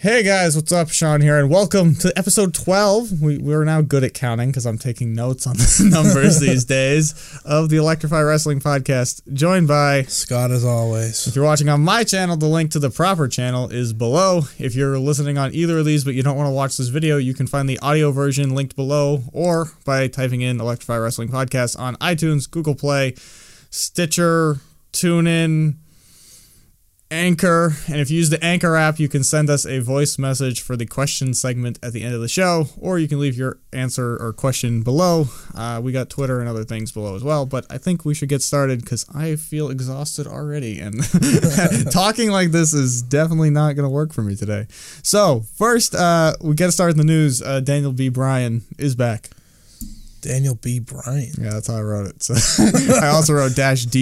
Hey guys, what's up? Sean here, and welcome to episode 12. We, we're now good at counting because I'm taking notes on the numbers these days of the Electrify Wrestling Podcast. Joined by, Scott, as always. if you're watching on my channel, the link to the proper channel is below. If you're listening on either of these but you don't want to watch this video, you can find the audio version linked below or by typing in Electrify Wrestling Podcast on iTunes, Google Play, Stitcher, TuneIn, Anchor. And if you use the Anchor app, you can send us a voice message for the question segment at the end of the show, or you can leave your answer or question below. Uh, we got Twitter and other things below as well, but I think we should get started because I feel exhausted already. And talking like this is definitely not going to work for me today. So, first, uh, we got to start with the news. Uh, Daniel B. Bryan is back. Daniel B. Bryan. Yeah, that's how I wrote it. So I also wrote dash I was like,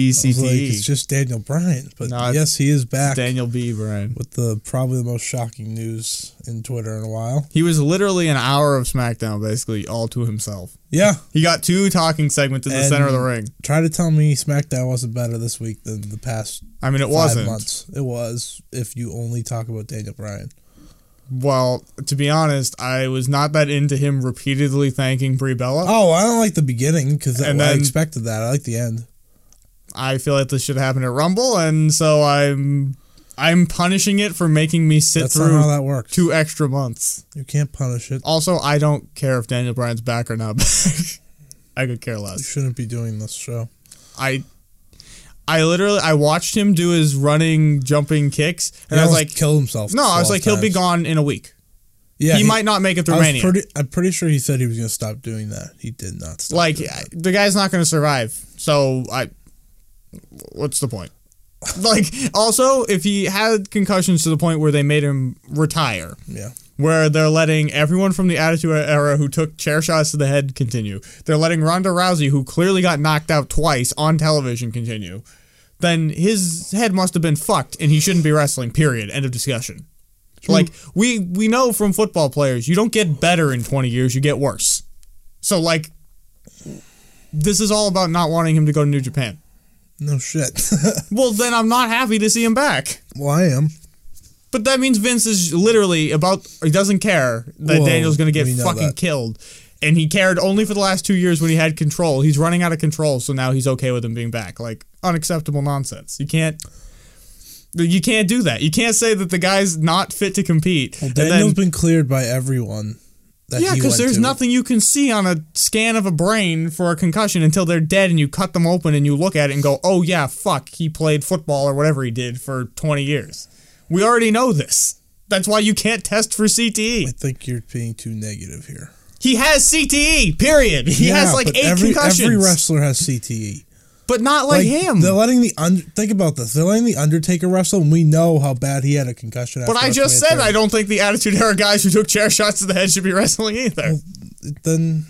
DCTE. it's just Daniel Bryan, but No, it's yes, he is back Daniel B. Bryan. with the probably the most shocking news in Twitter in a while. He was literally an hour of SmackDown, basically all to himself. Yeah, He got two talking segments in the And- center of the ring. try to tell me SmackDown wasn't better this week than the past I mean, it 5 wasn't. months. It was if you only talk about Daniel Bryan. Well, to be honest, I was not that into him repeatedly thanking Brie Bella. Oh, I don't like the beginning because I And then- expected that. I like the end. I feel like this should happen at Rumble, and so I'm I'm punishing it for making me sit That's not how through that works. two extra months. You can't punish it. Also, I don't care if Daniel Bryan's back or not back. I could care You less. shouldn't be doing this show. I I literally I watched him do his running jumping kicks, and He I was almost like, killed himself. No, I was 12 like, he'll be times. gone in a week. Yeah, he, might not make it through I was Mania. pretty. I'm pretty sure he said he was going to stop doing that. He did not stop. like doing that. the guy's not going to survive. So I, what's the point? like also, if he had concussions to the point where they made him retire, yeah, where they're letting everyone from the Attitude Era who took chair shots to the head continue, they're letting Ronda Rousey, who clearly got knocked out twice on television, continue. Then his head must have been fucked, and he shouldn't be wrestling. Period. End of discussion. Like we we know from football players, you don't get better in 20 years, you get worse. So like this is all about not wanting him to go to New Japan. no shit. Well, then I'm not happy to see him back. well, I am. But that means Vince is literally about he doesn't care that Whoa, Daniel's going to we get know fucking that. killed. And he cared only for the last 2 years when he had control. He's running out of control, so now he's okay with him being back. Like unacceptable nonsense. You can't you can't do that. You can't say that the guy's not fit to compete. Well, and then- Daniel's been cleared by everyone. That Yeah, he because went there's to. nothing you can see on a scan of a brain for a concussion until they're dead and you cut them open and you look at it and go, oh, yeah, fuck, he played football or whatever he did for 20 years. We already know this. That's why you can't test for I CTE. think you're being too negative here. He has CTE, period. He Yeah, has like but eight every, concussions. Every wrestler has CTE. but not like, him. They're letting the under, think about this. They're letting the Undertaker wrestle, and we know how bad he had a concussion. But I just said I don't think the Attitude Era guys who took chair shots to the head should be wrestling either. don't. Then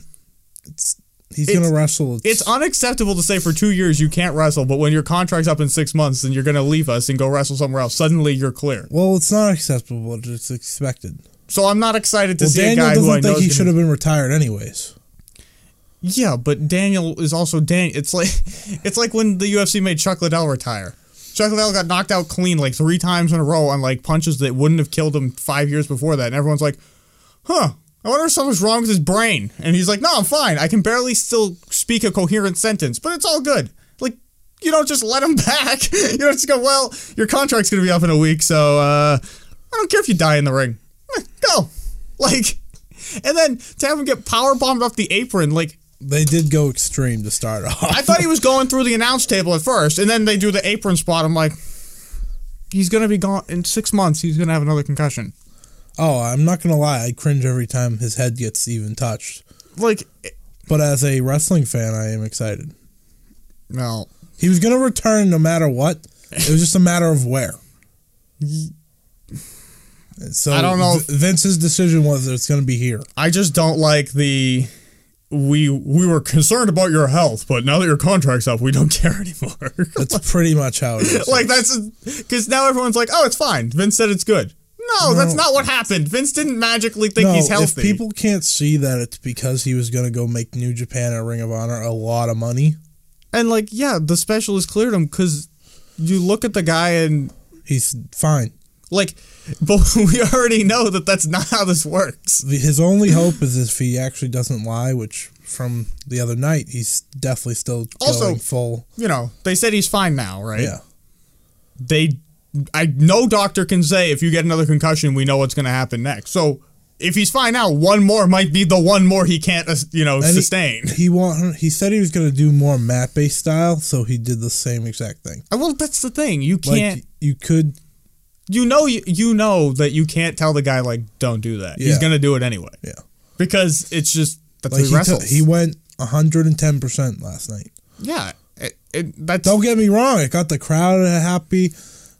it's he's It's- gonna wrestle. It's unacceptable to say for two years you can't wrestle, but when your contract's up in six months and you're going to leave us and go wrestle somewhere else, suddenly you're clear. well, it's not acceptable. It's expected. So I'm not excited to Well, see Daniel a guy who I doesn't know. think is he gonna- should have been retired, anyways. Yeah, but Daniel is also Dan. It's like it's like when the UFC made Chuck Liddell retire. Chuck Liddell got knocked out clean like three times in a row on like punches that wouldn't have killed him five years before that, and everyone's like, "Huh." I wonder if something's wrong with his brain. And he's like, no, I'm fine. I can barely still speak a coherent sentence, but it's all good. Like, you don't just let him back. you don't just go, well, your contract's going to be up in a week, so uh, I don't care if you die in the ring. Eh, Go. Like, and then to have him get power bombed off the apron, like, They did go extreme to start off. I thought he was going through the announce table at first, and then they do the apron spot. I'm like, he's going to be gone in six months. He's going to have another concussion. oh, I'm not gonna lie, I cringe every time his head gets even touched. Like, But as a wrestling fan, I am excited. no. He was gonna return no matter what. It was just a matter of where. So I don't know. V- Vince's decision was that it's gonna be here. I just don't like the we we were concerned about your health, but now that your contract's up, we don't care anymore. That's pretty much how it is. like that's because now everyone's like, oh, it's fine. Vince said it's good. No, that's not what happened. Vince didn't magically think no, he's healthy. if people can't see that it's because he was gonna go make New Japan and Ring of Honor a lot of money, and like, yeah, the specialist cleared him because you look at the guy and he's fine. Like, but we already know that that's not how this works. The, his only hope is if he actually doesn't lie, which from the other night he's definitely still Also- going full. You know, they said he's fine now, right? Yeah, They, I no doctor can say if you get another concussion, we know what's going to happen next. So if he's fine now, one more might be the one more he can't, uh, you know, he- sustain. he want he said he was going to do more map based style, so he did the same exact thing. Uh, Well, that's the thing. You Like can't. you could, you know. You, you know that you can't tell the guy like, don't do that. He's Yeah. going to do it anyway yeah. because it's just that's Like who he he, wrestles. took he went 110 percent last night. yeah. It, it, that's Don't get me wrong, it got the crowd happy.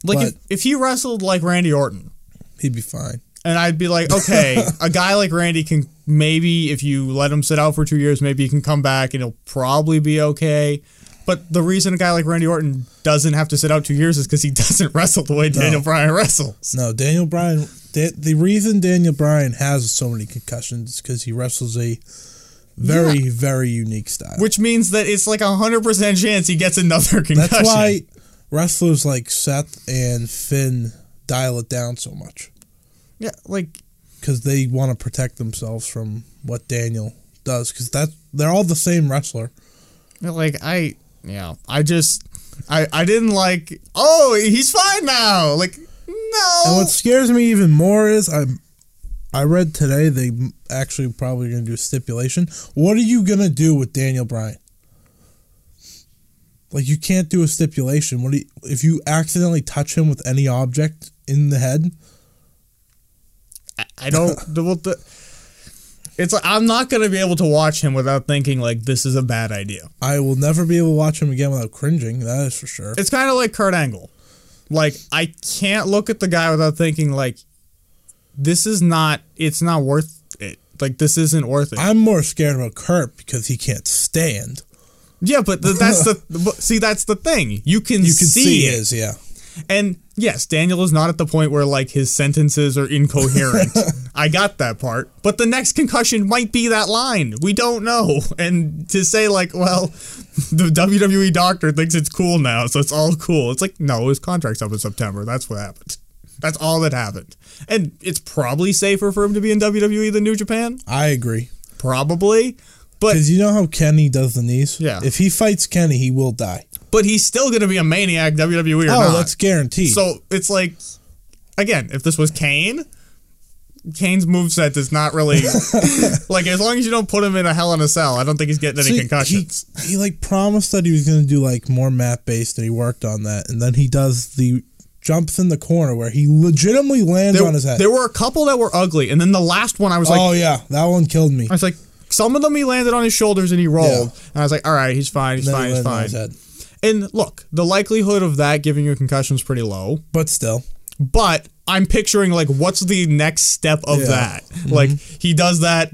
like but- if, if he wrestled like Randy Orton, He'd be fine. and I'd be like, okay, a guy like Randy can maybe if you let him sit out for two years, maybe he can come back and he'll probably be okay. But the reason a guy like Randy Orton doesn't have to sit out two years is because he doesn't wrestle the way Daniel Bryan wrestles. No, Daniel Bryan. Da- the reason Daniel Bryan has so many concussions is because he wrestles a very, very unique style. Which means that it's like a hundred percent chance he gets another concussion. That's why wrestlers like Seth and Finn dial it down so much yeah, like because they want to protect themselves from what Daniel does. Because that they're all the same wrestler. like I yeah, I just I I didn't like oh he's fine now like And no what scares me even more is I'm. I read today they m- actually probably going to do a stipulation. What are you going to do with Daniel Bryan? Like you can't do a stipulation. What do you, if you accidentally touch him with any object in the head? I, I don't the, well, the it's like I'm not gonna be able to watch him without thinking like this is a bad idea. I will never be able to watch him again without cringing. That is for sure. It's kind of like Kurt Angle. Like I can't look at the guy without thinking like this is not it's not worth it. Like this isn't worth it. I'm more scared about Kurt because he can't stand. yeah, but th- that's the but see that's the thing. You can You can see, see, it. his yeah. And yes, Daniel is not at the point where like his sentences are incoherent. I got that part. But the next concussion might be that line. We don't know. And to say like, well, the WWE doctor thinks it's cool now, so it's all cool. It's like, no, his contract's up in September. That's what happened. That's all that happened. And it's probably safer for him to be in WWE than New Japan. I agree Probably. But because you know how Kenny does the knees. Yeah. If he fights Kenny, he will die. but he's still gonna be a maniac WWE or Oh, not. that's guaranteed. So it's like, again, if this was Kane, Kane's moveset does not really like as long as you don't put him in a hell in a cell. I don't think he's getting any See, concussions. He, he like promised that he was going to do like more map based, and he worked on that. And then he does the jumps in the corner where he legitimately lands There, on his head. there were a couple that were ugly, and then the last one I was like, oh yeah, that one killed me. I was like, some of them he landed on his shoulders and he rolled, and I was like, all right, he's fine, he's Then he fine, he's landed on fine. his head. And look, the likelihood of that giving you a concussion is pretty low. But still, but I'm picturing like what's the next step of Yeah. Mm-hmm. that? Like he does that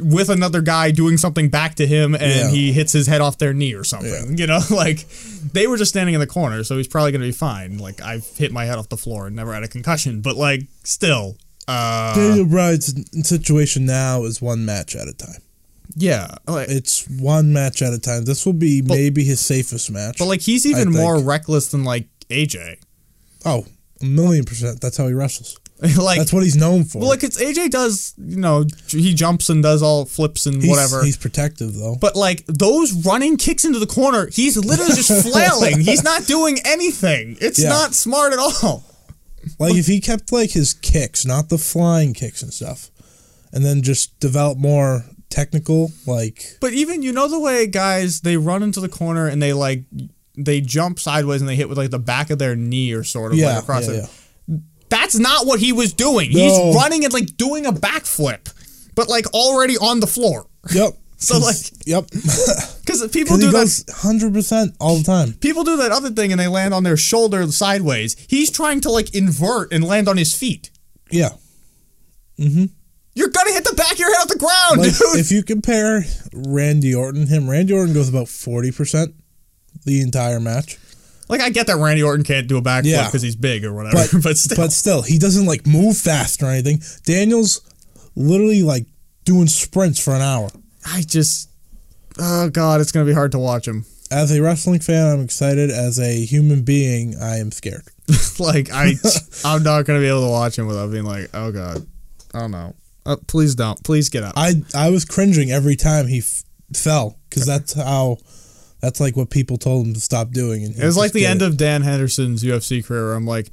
with another guy doing something back to him and Yeah. he hits his head off their knee or something. You know, like they were just standing in the corner, so he's probably going to be fine. Like I've hit my head off the floor and never had a concussion, but like still uh Daniel Bryan's situation now is one match at a time. yeah. Like, It's one match at a time. This will be maybe his safest match. but like he's even think- more reckless than like AJ. oh, a million percent. That's how he wrestles. like That's what he's known for. well, like it's AJ does, you know, he jumps and does all flips and He's- whatever. He's protective though. But like those running kicks into the corner, he's literally just flailing. He's not doing anything. It's Yeah. not smart at all. Like if he kept like his kicks, not the flying kicks and stuff, and then just develop more technical, like But even you know the way guys they run into the corner and they like they jump sideways and they hit with like the back of their knee or sort of yeah, like across yeah, it. yeah. That's not what he was doing. No. He's running and like doing a backflip, but like already on the floor. yep. So, like- yep, because Because people do he that goes hundred percent all the time. People do that other thing and they land on their shoulder sideways. He's trying to like invert and land on his feet. Yeah, You're gonna hit the back of your head off the ground, like dude. if you compare Randy Orton, him Randy Orton goes about forty percent the entire match, Like I get that Randy Orton can't do a backflip Yeah. because he's big or whatever, but but, still, but still he doesn't like move fast or anything. Daniels literally like doing sprints for an hour. I just, oh god, it's gonna be hard to watch him. As a wrestling fan, I'm excited. As a human being, I am scared. like I, I'm not gonna be able to watch him without being like, oh god, oh no, uh, please don't, please get up. I I was cringing every time he f- fell because that's how that's like what people told him to stop doing. And It was like the end of Dan Henderson's UFC career. Where I'm like,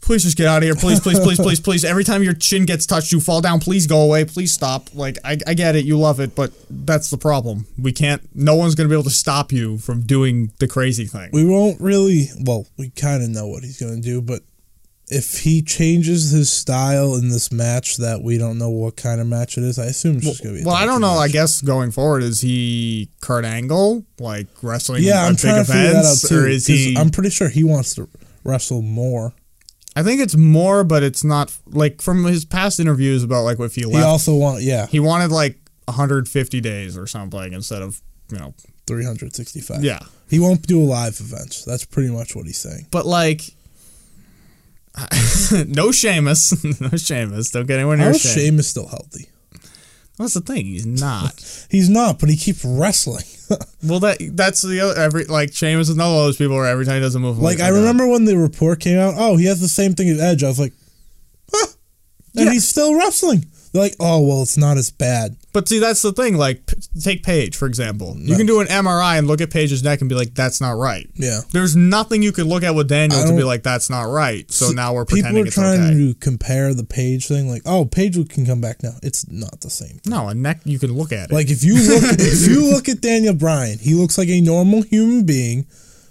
please just get out of here, please, please, please, please, please. Every time your chin gets touched, you fall down. Please go away. Please stop. Like I, I get it, you love it, but that's the problem. We can't. No one's gonna be able to stop you from doing the crazy thing. We won't really. Well, we kind of know what he's going to do, but if he changes his style in this match, that we don't know what kind of match it is. I assume it's just going to be. a Well, I tag don't team know. I match. guess going forward, is he Kurt Angle like wrestling? yeah, at I'm big trying to figure that out events, too. Or is 'cause he? I'm pretty sure he wants to wrestle more. I think it's more, but it's not like from his past interviews about like if he He left, also want yeah he wanted like 150 days or something instead of you know 365. yeah. he won't do live events. That's pretty much what he's saying. But like, no Sheamus, no Sheamus. Don't get anyone How near is Sheamus. Sheamus still healthy? That's the thing. He's not. He's not, but he keeps wrestling. well, that that's the other every like Sheamus is another one of those people where every time he doesn't move. I'm like I "Oh, God." remember when the report came out. Oh, he has the same thing as Edge. I was like, huh? and Yeah. he's still wrestling. They're like, oh well, it's not as bad. But see, that's the thing. Like, p- take Paige for example. You can do an MRI and look at Paige's neck and be like, "That's not right." Yeah. There's nothing you could look at with Daniel I to be don't- like, "That's not right." So S- now we're People pretending are it's trying okay. to compare the Page thing. Like, oh, Page can come back now. It's not the same. no, a neck you can look at it. Like if you look, if you look at Daniel Bryan, he looks like a normal human being.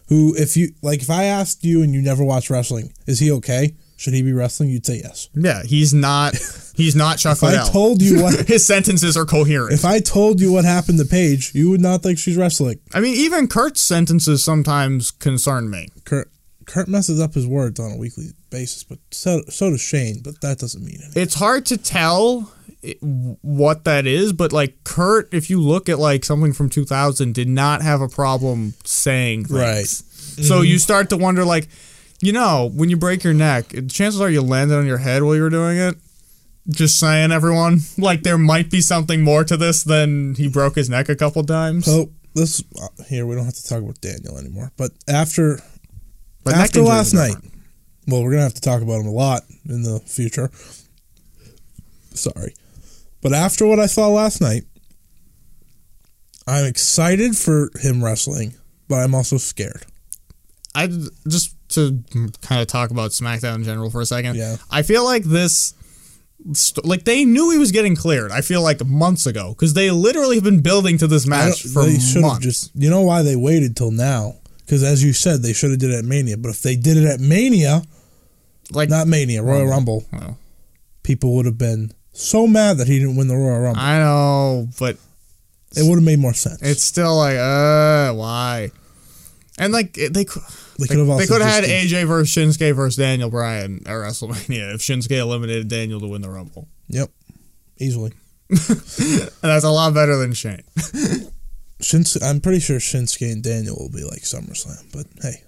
Who, if you like, if I asked you and you never watched wrestling, is he okay? Should he be wrestling? You'd say yes. yeah, he's not. He's not Chuck If I Liddell. told you what, His sentences are coherent. if I told you what happened to Paige, you would not think she's wrestling. I mean, even Kurt's sentences sometimes concern me. Kurt Kurt messes up his words on a weekly basis, but so so does Shane. But that doesn't mean anything. It's hard to tell i- what that is, but like Kurt, if you look at like something from 2000, did not have a problem saying things. Right. Mm-hmm. So you start to wonder, like, you know, when you break your neck, it- chances are you landed on your head while you were doing it. Just saying, everyone. Like, there might be something more to this than he broke his neck a couple times. So this uh, here we don't have to talk about Daniel anymore. But after But neck after injuries last are night, different. well, we're gonna have to talk about him a lot in the future. Sorry, but after what I saw last night, I'm excited for him wrestling, but I'm also scared. I just to kind of talk about SmackDown in general for a second. Yeah. I feel like this, st- like they knew he was getting cleared. I feel like months ago because they literally have been building to this I match don't- for they should have months. just you know why they waited till now because as you said they should have did it at mania but if they did it at mania like, not mania royal rumble well, people would have been so mad that he didn't win the royal rumble I know, but it would have made more sense it's still like, uh, why? And like it- they, cou- they they, could have also they could have had just- AJ versus Shinsuke versus Daniel Bryan at WrestleMania if Shinsuke eliminated Daniel to win the Rumble, yep easily and that's a lot better than Shane. Shins- I'm pretty sure Shinsuke and Daniel will be like SummerSlam but hey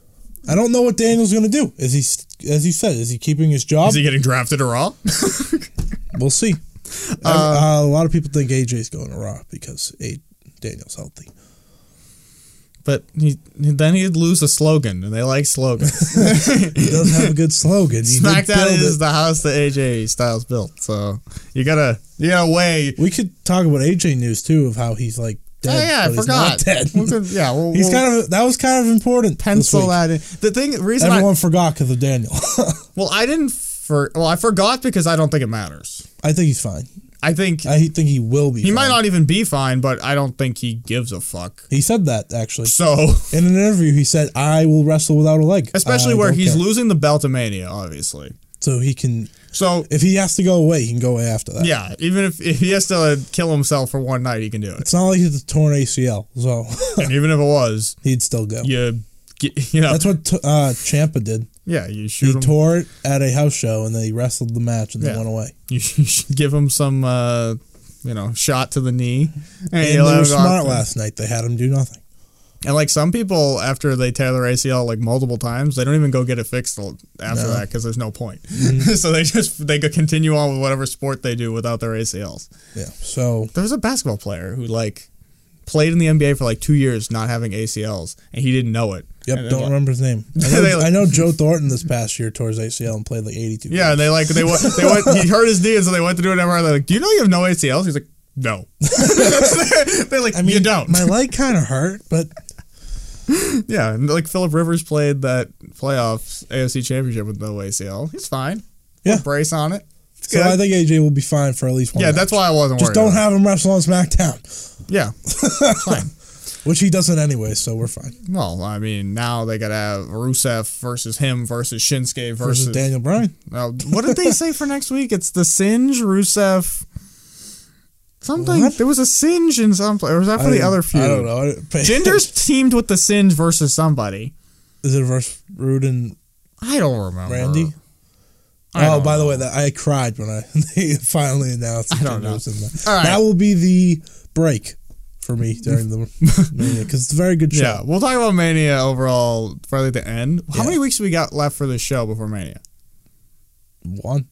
I don't know what Daniel's gonna do is he st- as he said is he keeping his job Is he getting drafted to Raw? we'll see Every- uh, a lot of people think AJ's going to Raw because a- Daniel's healthy But he then he'd lose a slogan, and they like slogans. He does have a good slogan. He did SmackDown build is it. the house that AJ Styles built, so you gotta you gotta weigh. We could talk about AJ news too of how he's like dead. oh yeah, but I forgot. He's We not dead. could- yeah, we'll, he's we'll kind of that was kind of important. this pencil week. that in. The thing reason Everyone forgot because of Daniel. I well I didn't for well I forgot because I don't think it matters. I think he's fine. I think I think he will be. he might fine. not even be fine, but I don't think he gives a fuck. He said that actually So in an interview. He said, "I will wrestle without a leg." especially I where don't he's care." losing the belt to Mania, obviously. so he can So. if he has to go away, he can go away after that. Yeah, even if, if he has to kill himself for one night, he can do it. It's not like he's a torn ACL, so and even if it was, he'd still go. you get, you know, That's what t- uh, Champa did. yeah, you He shoot him, tore it at a house show, and then he wrestled the match, and then Yeah. went away. you should give him some, uh, you know, shot to the knee, and, And you'll they were have a- smart last night. They had him do nothing. And like some people, after they tear their ACL like multiple times, they don't even go get it fixed l- after that because there's no point. Mm-hmm. so they just they could continue on with whatever sport they do without their ACLs. Yeah. So There was a basketball player who like played in the NBA for like two years not having ACLs, and he didn't know it. And Yep, then don't what? remember his name. I They know, like- I know Joe Thornton this past year tore his ACL and played like 82. Yeah, and they like they went they went he hurt his knee, and so they went to do an MRI. They're like, "Do you know you have no ACLs?" He's like, "No." they're like, I mean, "You don't." My leg kind of hurt, but yeah, and like Philip Rivers played that playoffs AFC Championship with no ACL. He's fine. Yeah. Put a brace on it. It's so good. I think AJ will be fine for at least one. yeah, match. that's why I wasn't just worried. don't about have him wrestle on SmackDown, it. Yeah, It's fine. which he doesn't anyway, so we're fine. Well, I mean, now they got to have Rusev versus him versus Shinsuke versus. Versus Daniel Bryan. Uh, what did they say for next week? It's the Singe, Rusev. Something. What? There was a Singe in some. Or was that for I the didn't- other feud? I don't know. I didn't pay- Ginger's teamed with the Singe versus somebody. is it versus Rude and I don't remember. Randy? I oh, don't by the know. way, that I cried when I they finally announced. I don't Jinder was in that. All right. That will be the break for me during the mania because it's a very good show. Yeah, we'll talk about Mania overall probably at the end. How Yeah. many weeks do we got left for this show before Mania? One.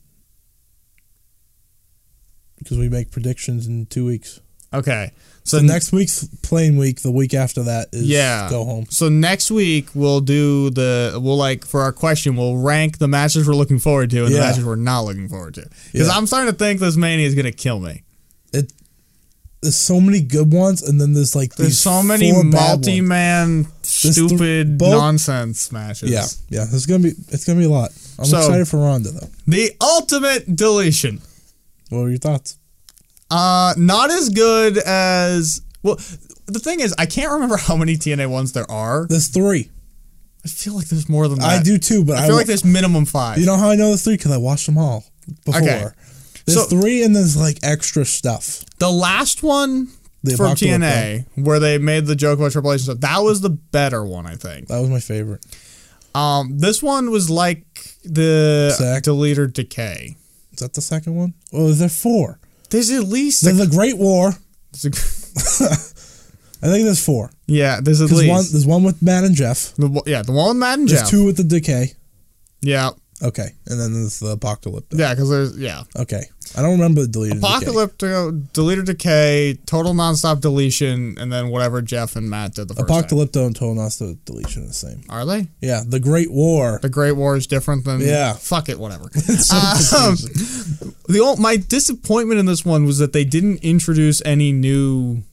Because we make predictions in two weeks. Okay, so So next week's playing week, the week after that is Yeah. go home. So next week we'll do the we'll like for our question we'll rank the matches we're looking forward to and the Yeah. matches we're not looking forward to because Yeah. I'm starting to think this mania is gonna kill me. It there's so many good ones, and then there's like There's these so many four bad ones. multi-man th- stupid both- nonsense matches. Yeah, yeah. It's gonna be it's gonna be a lot. I'm So- excited for Ronda though. The ultimate deletion. What were your thoughts? Uh, not as good as well. The thing is, I can't remember how many TNA ones there are. There's three. I feel like there's more than that. I do too, but I I, feel like there's minimum five. You know how I know the three? Because I watched them all before. Okay. There's So- three, and there's like extra stuff. The last one The from Apocalypse TNA, where they made the joke about Triple H and stuff, that was the better one, I think. That was my favorite. Um, this one was like the Sack. Deleter Decay. Is that the second one? Oh, is there four? There's at least There's the Great War. I think there's four. yeah, there's at There's one. least There's one with Matt and Jeff. the, one- yeah the one with Matt and There's Jeff. two with the Decay. Yeah, Okay, and then there's the Apocalypse. yeah, because there's yeah Okay, I don't remember the deleted. Decay. Apocalypto, Deleter Decay, Total Nonstop Deletion, and then whatever Jeff and Matt did the first time. Apocalypto and Tonosta deletion are the same. Are they? Yeah, the Great War. The Great War is different than Yeah. Fuck it, whatever. It's so Um, confusing. the ol- my disappointment in this one was that they didn't introduce any new,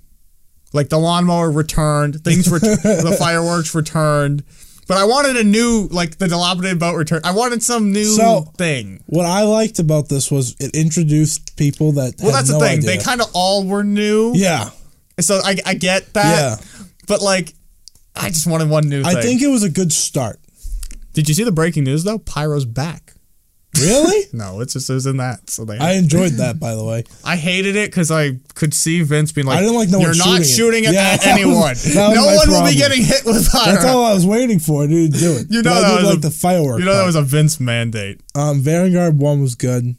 like the lawnmower returned, things were the fireworks returned, but I wanted a new like the dilapidated boat returned. I wanted some new So- thing. what I liked about this was it introduced people that. Well, had that's no the thing. They idea. kind of all were new, Yeah, so I, I get that. But like, I just wanted one new. I thing. think it was a good start. Did you see the breaking news though? Pyro's back. Really? No, it's just it was in that. So they. I enjoyed that, by the way. I hated it because I could see Vince being like, I didn't like no "You're one not shooting shooting, at it." Yeah, that anyone. was- that was no my one will problem. be getting hit with fire." That's all I was waiting for. I didn't do it. You know But that I did was like a- the firework. you know that part. was a Vince mandate. um, Vanguard One was good.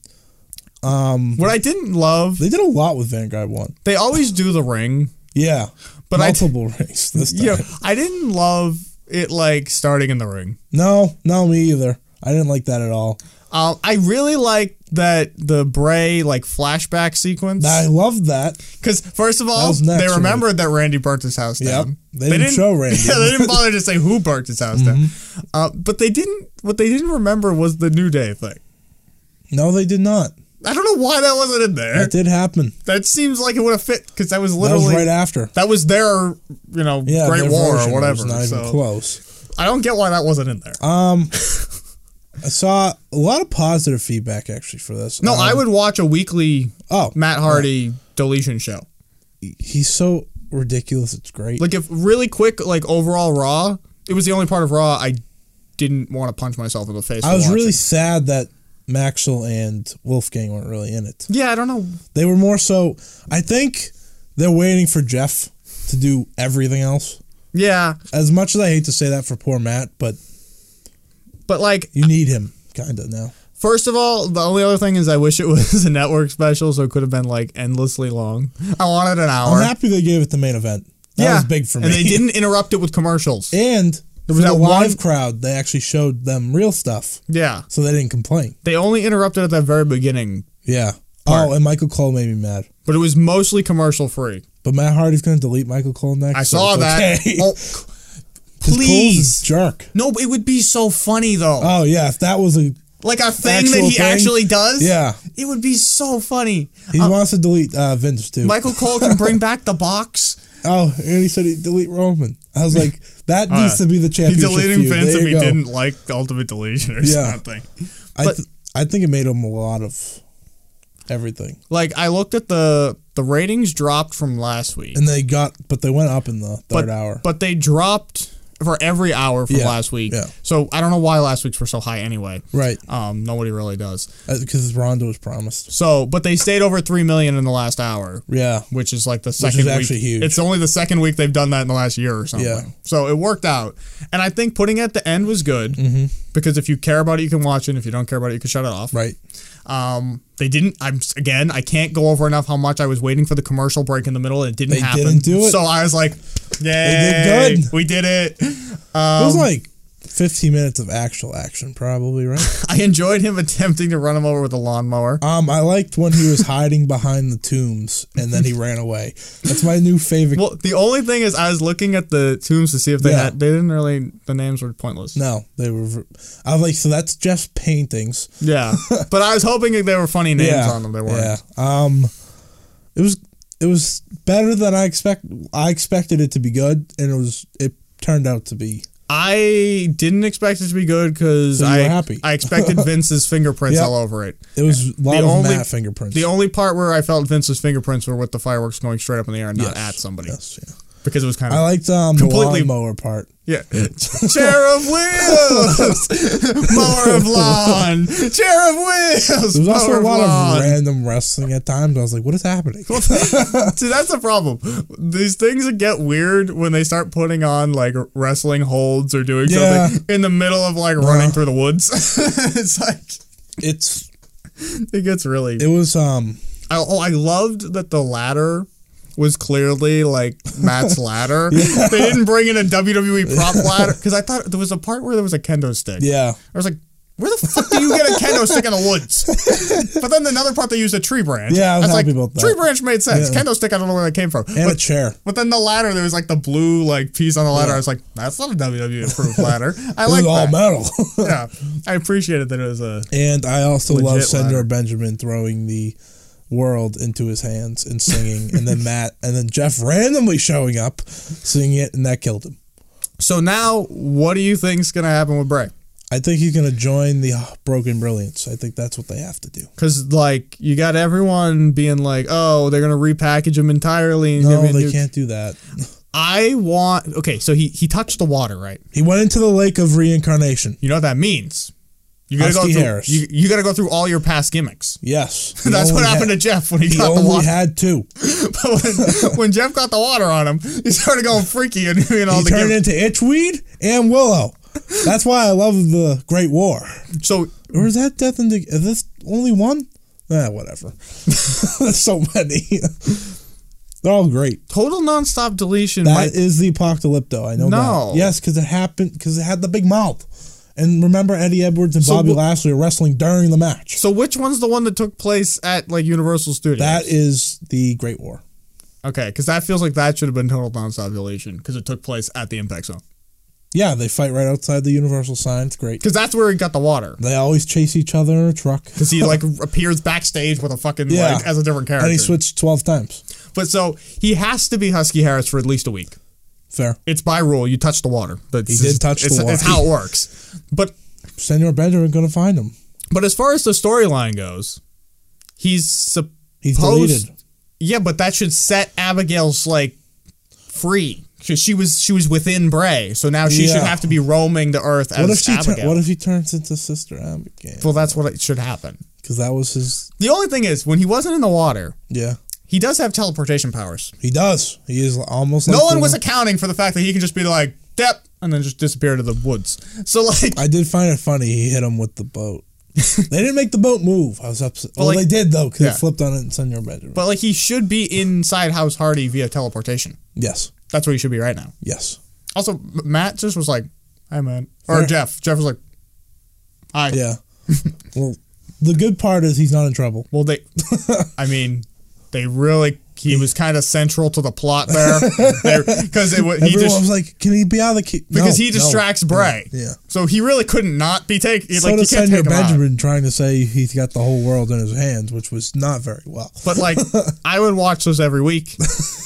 Um, What I didn't love, they did a lot with Vanguard One. they always do the ring, Yeah, But I d- multiple rings this time. Yeah, I didn't love it like starting in the ring. No, no, me either. I didn't like that at all. Um, I really liked that the Bray like flashback sequence I loved that. because first of all was next, they right? remembered that Randy burnt his house Yep. down. They didn't show Randy. Mm-hmm. Yeah, they didn't bother to say who burnt his house down. Uh, but they didn't. What they didn't remember was the New Day thing. No, they did not. I don't know why that wasn't in there. That did happen. That seems like it would have fit because that was That literally was right after. their you know Yeah, Great their War version or was whatever. Not even So close. I don't get why that wasn't in there. Um, I saw a lot of positive feedback actually for this. no, um, I would watch a weekly Oh, Matt Hardy deletion show. he's so ridiculous. It's great. Like if really quick, like overall Raw, it was the only part of Raw I didn't want to punch myself in the face. I for was really watching. sad that Maxwell and Wolfgang weren't really in it. yeah. I don't know. They were more so. I think they're waiting for Jeff to do everything else. Yeah, As much as I hate to say that for poor Matt, but but like you need him kind of now. First of all, the only other thing is I wish it was a network special, so it could have been like endlessly long. I wanted an hour. I'm happy they gave it the main event. Oh, That was big for me. And they didn't interrupt it with commercials. And there was was a that live one- crowd. They actually showed them real stuff, yeah. so they didn't complain. They only interrupted at that very beginning, Yeah. Part. Oh, and Michael Cole made me mad. but it was mostly commercial free. But Matt Hardy's going to delete Michael Cole next. I so saw it's that. okay. Oh, Because Cole's Please. a jerk. No, but it would be so funny though. Oh yeah, if that was a like a thing that actual he thing? actually does. yeah. It would be so funny. He wants to delete uh, Vince too. Michael Cole can bring back the box. oh, and he said he delete Roman. I was like, that needs to be the He's championship. deleting feud. Vince if There you he go. didn't like Ultimate Deletion or Yeah. something. I, but- th- I think it made him a lot of everything, Like I looked at the the ratings dropped from last week. and they got, but they went up in the but, third hour. But they dropped for every hour from Yeah, last week. yeah. So I don't know why last week's were so high anyway. Right, Uh, Um, nobody really does. because Ronda was promised. So, but they stayed over three million in the last hour, Yeah, which is like the second week. actually huge. It's only the second week they've done that in the last year or something. Yeah. So it worked out, and I think putting it at the end was good Mm-hmm. because if you care about it, you can watch it. and If you don't care about it, you can shut it off. right. Um, they didn't. I'm again. I can't go over enough how much I was waiting for the commercial break in the middle. and It didn't They happen. didn't do it. So I was like, "Yay, They did good. we did it." it Um, was like 15 minutes of actual action, probably. Right. I enjoyed him attempting to run him over with a lawnmower. um, I liked when he was hiding behind the tombs and then he ran away. That's my new favorite. Well, the only thing is, I was looking at the tombs to see if they Yeah. had. They didn't really. The names were pointless. no, they were. I was like, so that's just paintings. Yeah, but I was hoping if they were funny names yeah. on them. They weren't. Yeah. Um, it was it was better than I expect. I expected it to be good, and it was it turned out to be I didn't expect it to be good because So you were I happy. I expected Vince's fingerprints Yeah. all over it. it was a lot The of only- matte fingerprints. The only part where I felt Vince's fingerprints were with the fireworks going straight up in the air, and not Yes. at somebody, Yes, yeah. because it was kind of I liked um, Completely- the lawnmower part. yeah. Chair of wheels, mower of lawn, chair of wheels. There was also mower a lot lawn. of random wrestling at times. I was like, what is happening? See, that's the problem. These things that get weird when they start putting on like wrestling holds or doing Yeah. something in the middle of like running through the woods. it's like It's it gets really. it was um I, oh, I loved that the ladder was clearly like Matt's ladder. They didn't bring in a WWE prop ladder because I thought there was a part where there was a kendo stick. yeah. I was like. Where the fuck do you get a kendo stick in the woods? But then another part they used a tree branch. Yeah, I was like, happy about that. Tree branch made sense. Kendo stick, I don't know where that came from. And But a chair. but then the ladder, there was like the blue like piece on the ladder. I was like, that's not a WWE approved ladder. I like It was all that. metal. yeah, I appreciated that it was a. and I also Legit love Sandra ladder. Benjamin throwing the world into his hands and singing, and then Matt and then Jeff randomly showing up singing it, and that killed him. So now, what do you think's gonna happen with Bray? I think he's going to join the uh, Broken Brilliance. I think that's what they have to do. Because like you got everyone being like, oh, they're gonna repackage him entirely. And No, give me a they new- can't do that. I want. Okay, so he he touched the water, right? He went into the lake of reincarnation. You know what that means. You gotta Husky go through. Harris. You, you gotta go through all your past gimmicks. Yes. That's He what only happened had- to Jeff when he, He got the only water. had two. But when, when Jeff got the water on him, he started going freaky and doing all He the gimmicks. turned into Itchweed and Willow. That's why I love the Great War. So Or is that Death and Dig- Is this only one? Ah, whatever. There's so many. They're all great. total nonstop deletion. That might- is the apocalypto. I know. No. That. Yes, because it happened. Because it had the big mouth. And remember, Eddie Edwards and So Bobby wh- Lashley were wrestling during the match. so which one's the one that took place at like Universal Studios? That is the Great War. okay, because that feels like that should have been total nonstop deletion because it took place at the Impact Zone. Yeah, they fight right outside the Universal sign. It's great. Because that's where he got the water. They always chase each other in a truck. Because he like appears backstage with a fucking Yeah. like as a different character. And he switched 12 times. but so he has to be Husky Harris for at least a week. Fair. It's by rule. You touch the water. That's He did touch the it's- It's water. how it works. But Senor Benjamin going to find him. but as far as the storyline goes, he's supposed. He's deleted. Yeah, but that should set Abigail's like free. 'Cause She was she was within Bray, so now she should Yeah. have to be roaming the earth as What if, she Abigail. tur- what if he turns into Sister Abigail? well, that's what it should happen. Because that was his. The only thing is, when he wasn't in the water, Yeah. he does have teleportation powers. He does. He is almost like. No one the- was accounting for the fact that he can just be like, "Dep," and then just disappear to the woods. So like, I did find it funny. He hit him with the boat. they didn't make the boat move. I was upset. Well, Well, like- they did, though, because Yeah. they flipped on it and Senor Benjamin. but like he should be inside House Hardy via teleportation. yes. That's where he should be right now. Yes. Also, M- Matt just was like, "Hi, man," or Fair. Jeff. Jeff was like, "Hi." Yeah. well, the good part is he's not in trouble. Well, they, I mean, they really he was kind of central to the plot there because it was he Everyone just was like, "Can he be out of the key?" because No, he no, distracts Bray. Yeah. So he really couldn't not be taken. So like you does can't Senator take him out. Benjamin trying to say he's got the whole world in his hands, which was not very well. But like, I would watch those every week.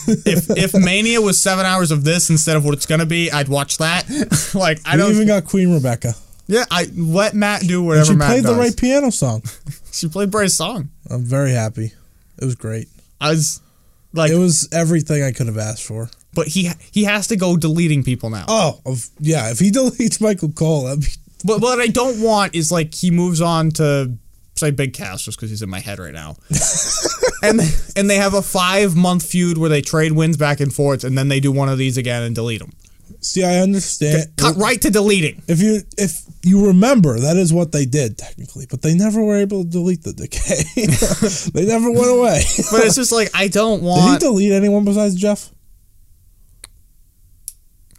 if if Mania was seven hours of this instead of what it's gonna be, I'd watch that. like I We don't. even got Queen Rebecca. yeah, I let Matt do And whatever she Matt played does. the right piano song. She played Bray's song. I'm very happy. It was great. I was like, It was everything I could have asked for. but he he has to go deleting people now. Oh, of, yeah. If he deletes Michael Cole, that'd be, But what I don't want is like he moves on to say Big Cass just because he's in my head right now. and and they have a five month feud where they trade wins back and forth, and then they do one of these again and delete them. see, I understand. Cut right to deleting. If you if you remember, that is what they did technically, but they never were able to delete the decay. they never went away. But Oh, it's just like I don't Did he want. delete anyone besides Jeff?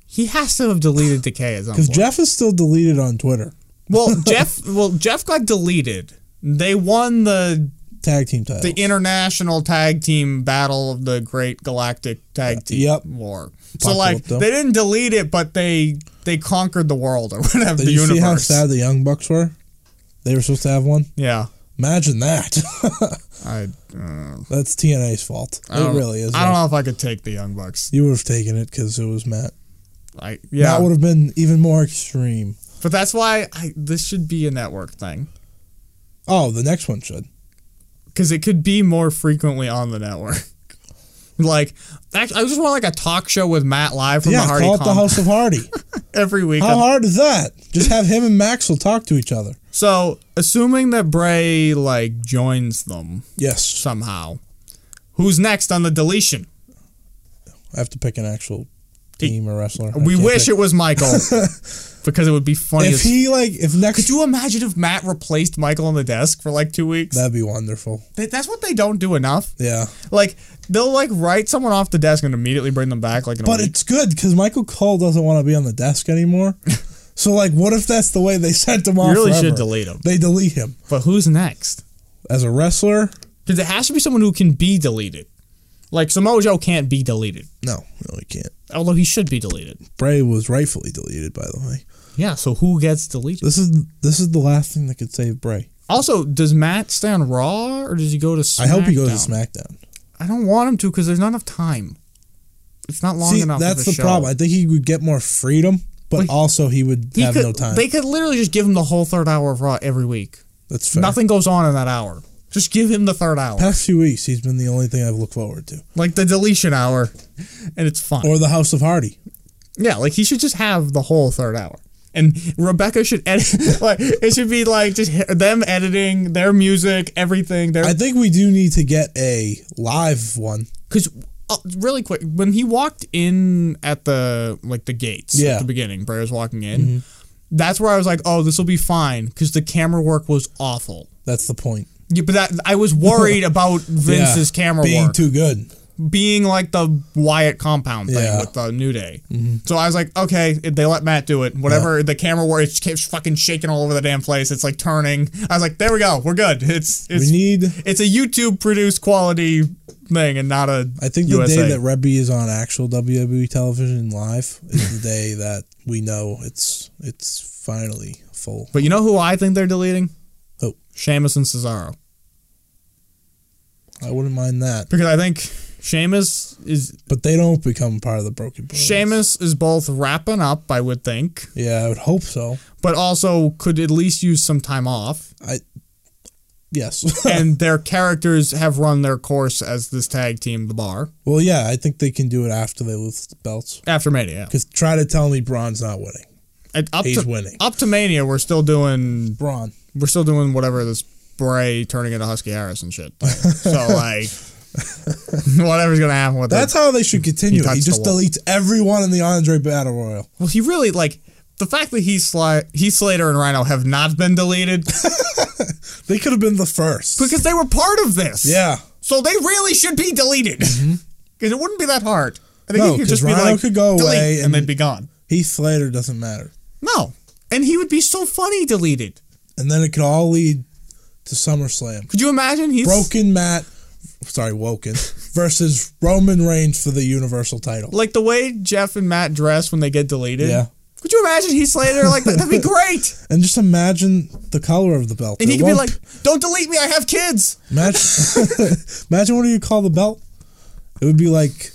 He has to have deleted Decay at some Because point. Jeff is still deleted on Twitter. well, Jeff. Well, Jeff got deleted. They won the Tag team title. the international tag team battle of the Great Galactic Tag Team Yep. War. Apocalypto. So like they didn't delete it, but they they conquered the world or whatever Did the you universe. see how sad the Young Bucks were? They were supposed to have one. Yeah, Imagine that. I uh, That's TNA's fault. I don't- It really is. I don't know if I could take the Young Bucks. You would have taken it because it was Matt. I yeah, That would have been even more extreme. but that's why I, this should be a network thing Oh, the next one should. because it could be more frequently on the network. like, actually, I just want like a talk show with Matt live from yeah, the Hardy call it the Con House of Hardy. every week. How hard is that? Just have him and Max will talk to each other. So assuming that Bray like joins them. Yes. somehow. Who's next on the deletion? I have to pick an actual team or wrestler. I we can't wish pick. it was Michael because it would be funny. If as- he, like, if Could next. you imagine if Matt replaced Michael on the desk for like two weeks? That'd be wonderful. Th- That's what they don't do enough. Yeah. Like they'll like write someone off the desk and immediately bring them back. Like, in a But week. it's good because Michael Cole doesn't want to be on the desk anymore. so, like, what if that's the way they sent him off? you really should forever? delete him. They delete him But who's next? as a wrestler. Because it has to be someone who can be deleted. Like Samoa Joe can't be deleted, No, no, he can't. although he should be deleted. Bray was rightfully deleted, by the way. Yeah. So who gets deleted? This is this is the last thing that could save Bray. Also, does Matt stay on Raw or does he go to? SmackDown? I hope he goes to SmackDown. I don't want him to because there's not enough time. It's not long See, enough. that's of a the show. problem. I think he would get more freedom, but Well, he- also he would He have could, no time. They could literally just give him the whole third hour of Raw every week. that's fair. Nothing goes on in that hour. Just give him the third hour, Past few weeks, he's been the only thing I've looked forward to, like the deletion hour, and it's fun. or the House of Hardy. yeah, like he should just have the whole third hour. And Rebecca should edit. like it should be like just he- them editing their music, everything. Their I think we do need to get a live one. because uh, really quick when he walked in at the like the gates Yeah. Mm-hmm. at the beginning Bray was walking in that's where I was like oh this will be fine because the camera work was awful That's the point. yeah, but that I was worried about Vince's Yeah, camera being work too good. being like the Wyatt compound thing Yeah. Mm-hmm. with the New Day so I was like okay if they let Matt do it whatever the camera work it's keeps fucking shaking all over the damn place it's like turning I was like there we go we're good it's We it's need. it's a YouTube produced quality thing and not a I think the USA. day that Rebby is on actual WWE television live is the day that we know it's it's finally full. But you know who I think they're deleting? Who? Sheamus and Cesaro. I wouldn't mind that, Because I think Sheamus is but they don't become part of the Broken Brothers. Sheamus is both wrapping up, I would think, Yeah, I would hope so. but also could at least use some time off. Yes. and their characters have run their course as this tag team, the bar, well, yeah, I think they can do it after they lose the belts. after Mania. Because try to tell me Braun's not winning. And up He's to winning. up to Mania, we're still doing Braun. we're still doing whatever this Bray turning into Husky Harris and shit. thing. so like, whatever's gonna happen with that. That's how they should continue. He it. He, touched just the wall. deletes everyone in the Andre Battle Royal. Well, he really like the fact that he Sli- he Slater and Rhino have not been deleted They could have been the first. because they were part of this. yeah. Mm-hmm. So they really should be deleted because it wouldn't be that hard. I think No, he could 'cause just be Rhino like could go "Delete," away and, and- they'd be gone. Heath Slater doesn't matter. No, and he would be so funny deleted. And then it could all lead to SummerSlam. Could you imagine? He's Broken Matt sorry, Woken versus Roman Reigns for the Universal title. Like the way Jeff and Matt dress when they get deleted. Yeah. Could you imagine Heath Slater like that? That'd be great. And just imagine the color of the belt. And he It could be won't- like, "Don't delete me. I have kids." imagine, imagine what do you call the belt? It would be like,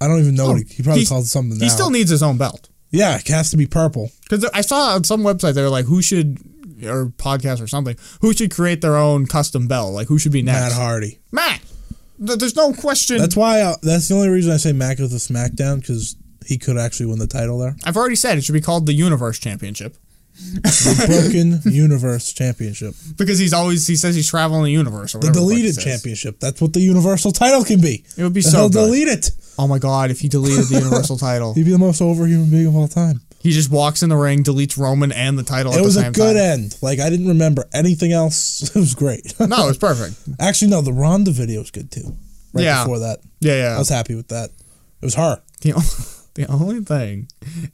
I don't even know what he, he probably He- calls it something. He now. still needs his own belt. yeah, it has to be purple. Because I saw on some website they were like, who should, or podcast or something, who should create their own custom bell? Like, who should be Matt next? Hardy. Matt! Th- There's no question. That's why. I, that's the only reason I say Mac goes to SmackDown because he could actually win the title there. I've already said it should be called the Universe Championship The Broken Universe Championship, because he's always, he says he's traveling the universe or the whatever. fuck he deleted says. championship. That's what the Universal title can be. It would be And so He'll good. delete it. Oh my God, if he deleted the Universal title, He'd be the most over human being of all time. he just walks in the ring, deletes Roman and the title at it the was same a good time. end. Like I didn't remember anything else. It was great. no, it's perfect. Actually, no, the Ronda video was good too. Right Yeah. before that, Yeah, yeah. I was happy with that. It was her the, o- the only thing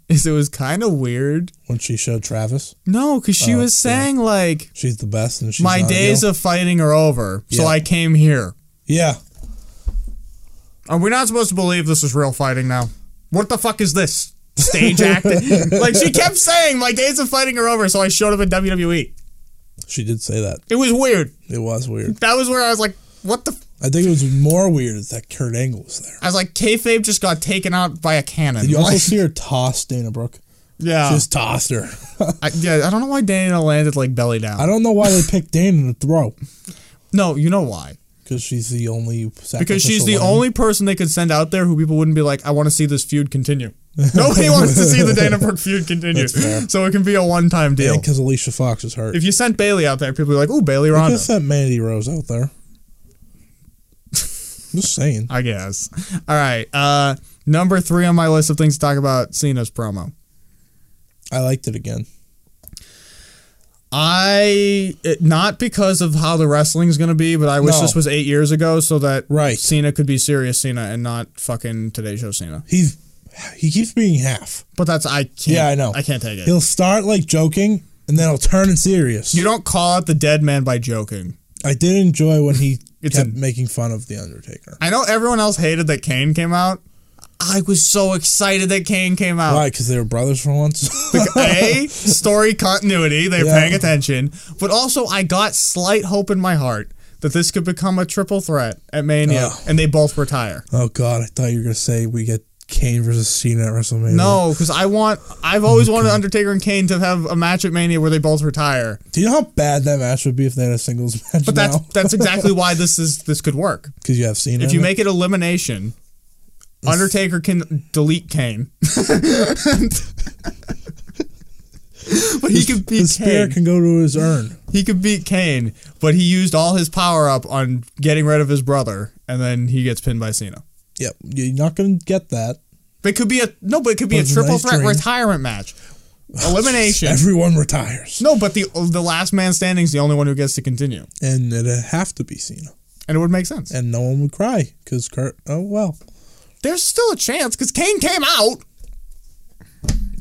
is it was kind of weird. when she showed Travis. No, because she was saying, like, She's the best, and she's my Oh, not a days heel. of fighting are over, so Yeah. I came here. yeah. Are we not supposed to believe this is real fighting now? What the fuck is this? Stage acting? like, she kept saying, my days of fighting are over, so I showed up at WWE. She did say that. It was weird. It was weird. That was where I was like, what the? F-? I think it was more weird is that Kurt Angle was there. I was like, kayfabe just got taken out by a cannon. You also Like, see her toss Dana Brooke. yeah. Just tossed her. I, yeah. I don't know why Dana landed, like, belly down. I don't know why they picked Dana to throw no, you know why. because she's the only Because she's sacrificial the lamb. only person they could send out there who people wouldn't be like, I want to see this feud continue. Nobody wants to see the Dana Brooke feud continue. fair. So it can be a one time deal. because Alicia Fox is hurt. If you sent Bailey out there, people would be like, "Ooh, Bailey I Ronda." guess that Mandy Rose out there. Just saying. I guess. All right. Uh, number three on my list of things to talk about: Cena's promo. I liked it again. I it, not because of how the wrestling is going to be, but I wish No. this was eight years ago so that Right. Cena could be serious Cena and not fucking Today Show Cena. He's he keeps being half. But that's I can't. Yeah, I know. I can't take it. He'll start like joking and then he'll turn and serious. you don't call out the dead man by joking. I did enjoy when he It's kept a- making fun of the Undertaker. I know everyone else hated that Kane came out. I was so excited that Kane came out. Why? Because they were brothers for once. a story continuity they're Yeah. paying attention but also i got slight hope in my heart that this could become a triple threat at mania Ugh. and they both retire oh God, I thought you were gonna say we get Kane versus Cena at WrestleMania. no because i want i've always wanted undertaker and kane to have a match at mania where they both retire Do you know how bad that match would be if they had a singles match? but that's now? that's exactly why this is this could work because you have Cena. if in you it? make it elimination undertaker can delete kane but he could beat the spear Kane. can go to his urn. he could beat Kane, but he used all his power up on getting rid of his brother, and then he gets pinned by Cena. Yep, you're not gonna get that. It could be a no, but it could be But a it's a triple nice threat dream. Oh, retirement match, elimination. Everyone retires, no, but the the last man standing is the only one who gets to continue, and it'd have to be Cena, and it would make sense. and no one would cry because Kurt. Oh well, There's still a chance because Kane came out.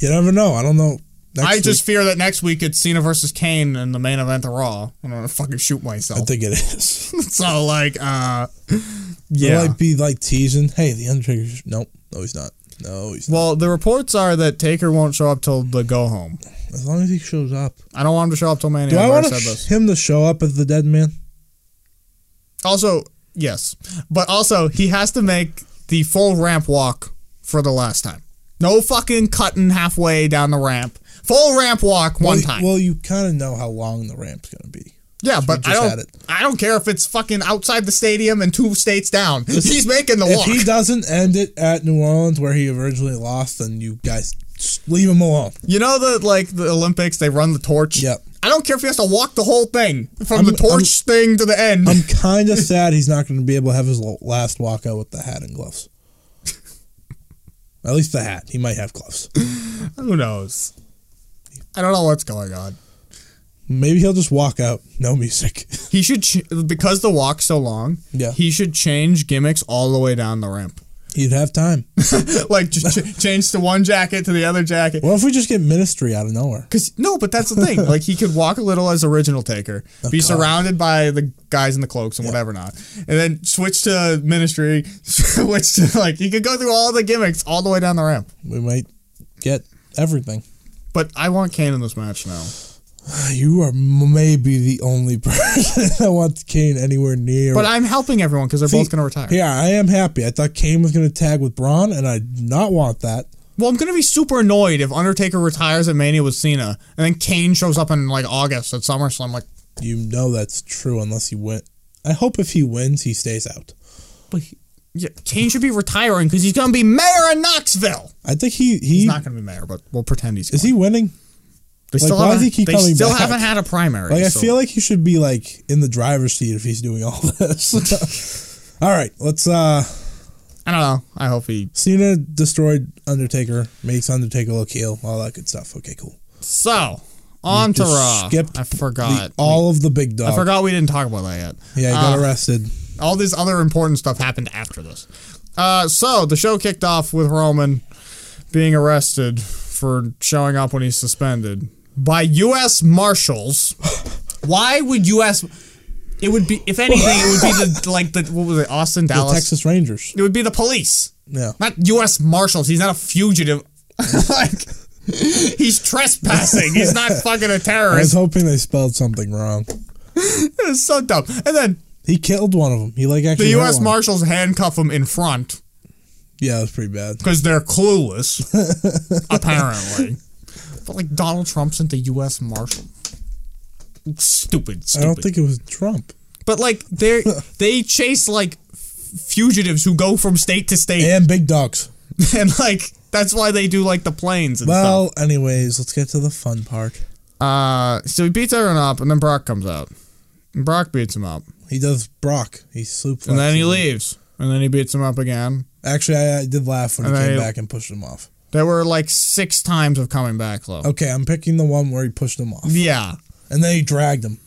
you never know. I don't know. Next I week, just fear that next week it's Cena versus Kane in the main event of Raw. I'm gonna fucking shoot I myself. think it is. so like, uh, It yeah. might be like teasing. Hey, the Undertaker. Nope. No, he's not. No, he's not. well, the reports are that Taker won't show up till the go home. As long as he shows up. I don't want him to show up till Mania. Do I've I already want said this. him to show up as the dead man? Also, yes, but also he has to make the full ramp walk for the last time. No fucking cutting halfway down the ramp. Full ramp walk one well, time. Well, you kind of know how long the ramp's gonna be. yeah, but I just had don't. it. I don't care if it's fucking outside the stadium and two states down. He's making the If walk. he doesn't end it at New Orleans where he originally lost, then you guys just leave him alone. you know that like the Olympics, they run the torch. Yep. I don't care if he has to walk the whole thing from I'm- the torch thing to the end. I'm kind of sad he's not going to be able to have his l- last walkout with the hat and gloves. At least the hat. He might have gloves. Who knows? I don't know what's going on. Maybe he'll just walk out. No music. He should ch- because the walk's so long. Yeah. He should change gimmicks all the way down the ramp. He'd have time. like ch- ch- change to one jacket to the other jacket. What if we just get ministry out of nowhere? Cause no, but that's the thing. Like he could walk a little as original taker, be surrounded by the guys in the cloaks and whatever not, and then switch to ministry, switch to like he could go through all the gimmicks all the way down the ramp. We might get everything. But I want Kane in this match now. You are maybe the only person that wants Kane anywhere near. But I'm helping everyone because they're both going to retire. Yeah, I am happy. I thought Kane was going to tag with Braun, and I did not want that. Well, I'm going to be super annoyed if Undertaker retires at Mania with Cena, and then Kane shows up in like August at SummerSlam. Like, You know that's true unless he win. I hope if he wins, he stays out. but he, yeah, Kane should be retiring because he's going to be mayor of Knoxville. I think he he He's not going to be mayor, but we'll pretend he's. is he winning. They Like, still, why does haven't, he keep they coming still back? haven't had a primary. Like I so- feel like he should be like in the driver's seat if he's doing all this. all right, let's uh I don't know. I hope he. Cena destroyed Undertaker, makes Undertaker look heel, all that good stuff. Okay, cool. So on to just Raw. skipped I The- forgot. all of the big Uh, I dog. forgot we didn't talk about that yet. Yeah, he Uh, got arrested. all this other important stuff happened after this. Uh, so the show kicked off with Roman being arrested for showing up when he's suspended by U.S. Marshals. Why would U.S. It would be, if anything, it would be the like the what was it, Austin, Dallas? Texas Rangers. It would be the police, Yeah. not U.S. Marshals. He's not a fugitive. like he's trespassing. He's not fucking a I was terrorist. hoping they spelled something wrong. It's so dumb. And then He killed one of them. He like actually the hurt U.S. one. Marshals handcuff him in front. Yeah, it was pretty bad. because they're clueless, apparently. But like Donald Trump sent the U.S. Marshal. Stupid, I stupid. don't think it was Trump. but like they they chase like f- fugitives who go from state to state, And big dogs. and like that's why they do like the planes and stuff. Well, anyways, let's get to the fun part. Uh, so he beats everyone up, and then Brock comes out. And Brock beats him up, He does Brock. He sleep. and then he leaves, and then he beats him up again. Actually, I, I did laugh when he And came then he- back and pushed him off. There were like six times of coming back though. Okay, I'm picking the one where he pushed him off, Yeah. and then he dragged him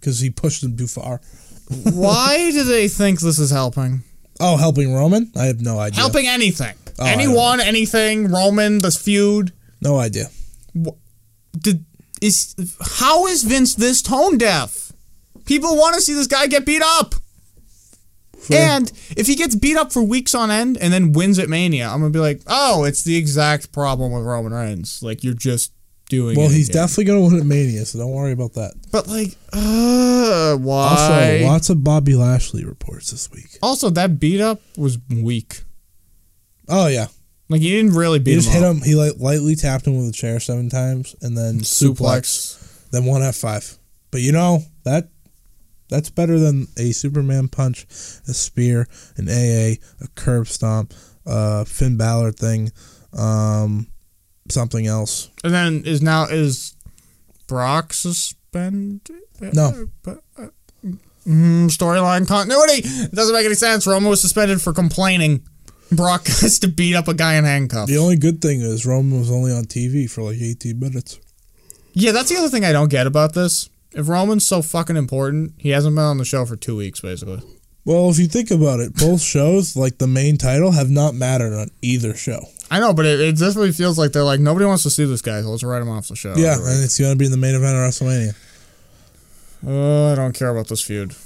because he pushed him too far. Why do they think this is helping? Oh, helping Roman? I have no idea. helping anything, Oh, I don't anyone, anything. Roman, this feud. No idea. Did, is how is Vince this tone deaf? People want to see this guy get beat up. And if he gets beat up for weeks on end and then wins at Mania, I'm gonna be like, oh, it's the exact problem with Roman Reigns. Like you're just doing. Well, it he's again. definitely gonna win at Mania, so don't worry about that. But like, uh, Also, why? Also, lots of Bobby Lashley reports this week. that beat up was weak. Oh yeah, Like you didn't really beat he just him hit up. him. He like lightly tapped him with a chair seven times, and then suplex, then one F five. But you know that that's better than a Superman punch, a spear, an AA, a curb stomp, a Finn Balor thing, um, something else. And then is now is Brock suspended? No. Mm, Storyline continuity it doesn't make any sense. Roman was suspended for complaining. Brock has to beat up a guy in handcuffs. The only good thing is Roman was only on TV for like 18 minutes. Yeah, that's the other thing I don't get about this. If Roman's so fucking important, he hasn't been on the show for two weeks, basically. Well, if you think about it, both shows, like the main title, have not mattered on either show. I know, but it, it definitely feels like they're like nobody wants to see this guy, so let's write him off the show. yeah, and it's going to be in the main event of WrestleMania. Uh, I don't care about this feud.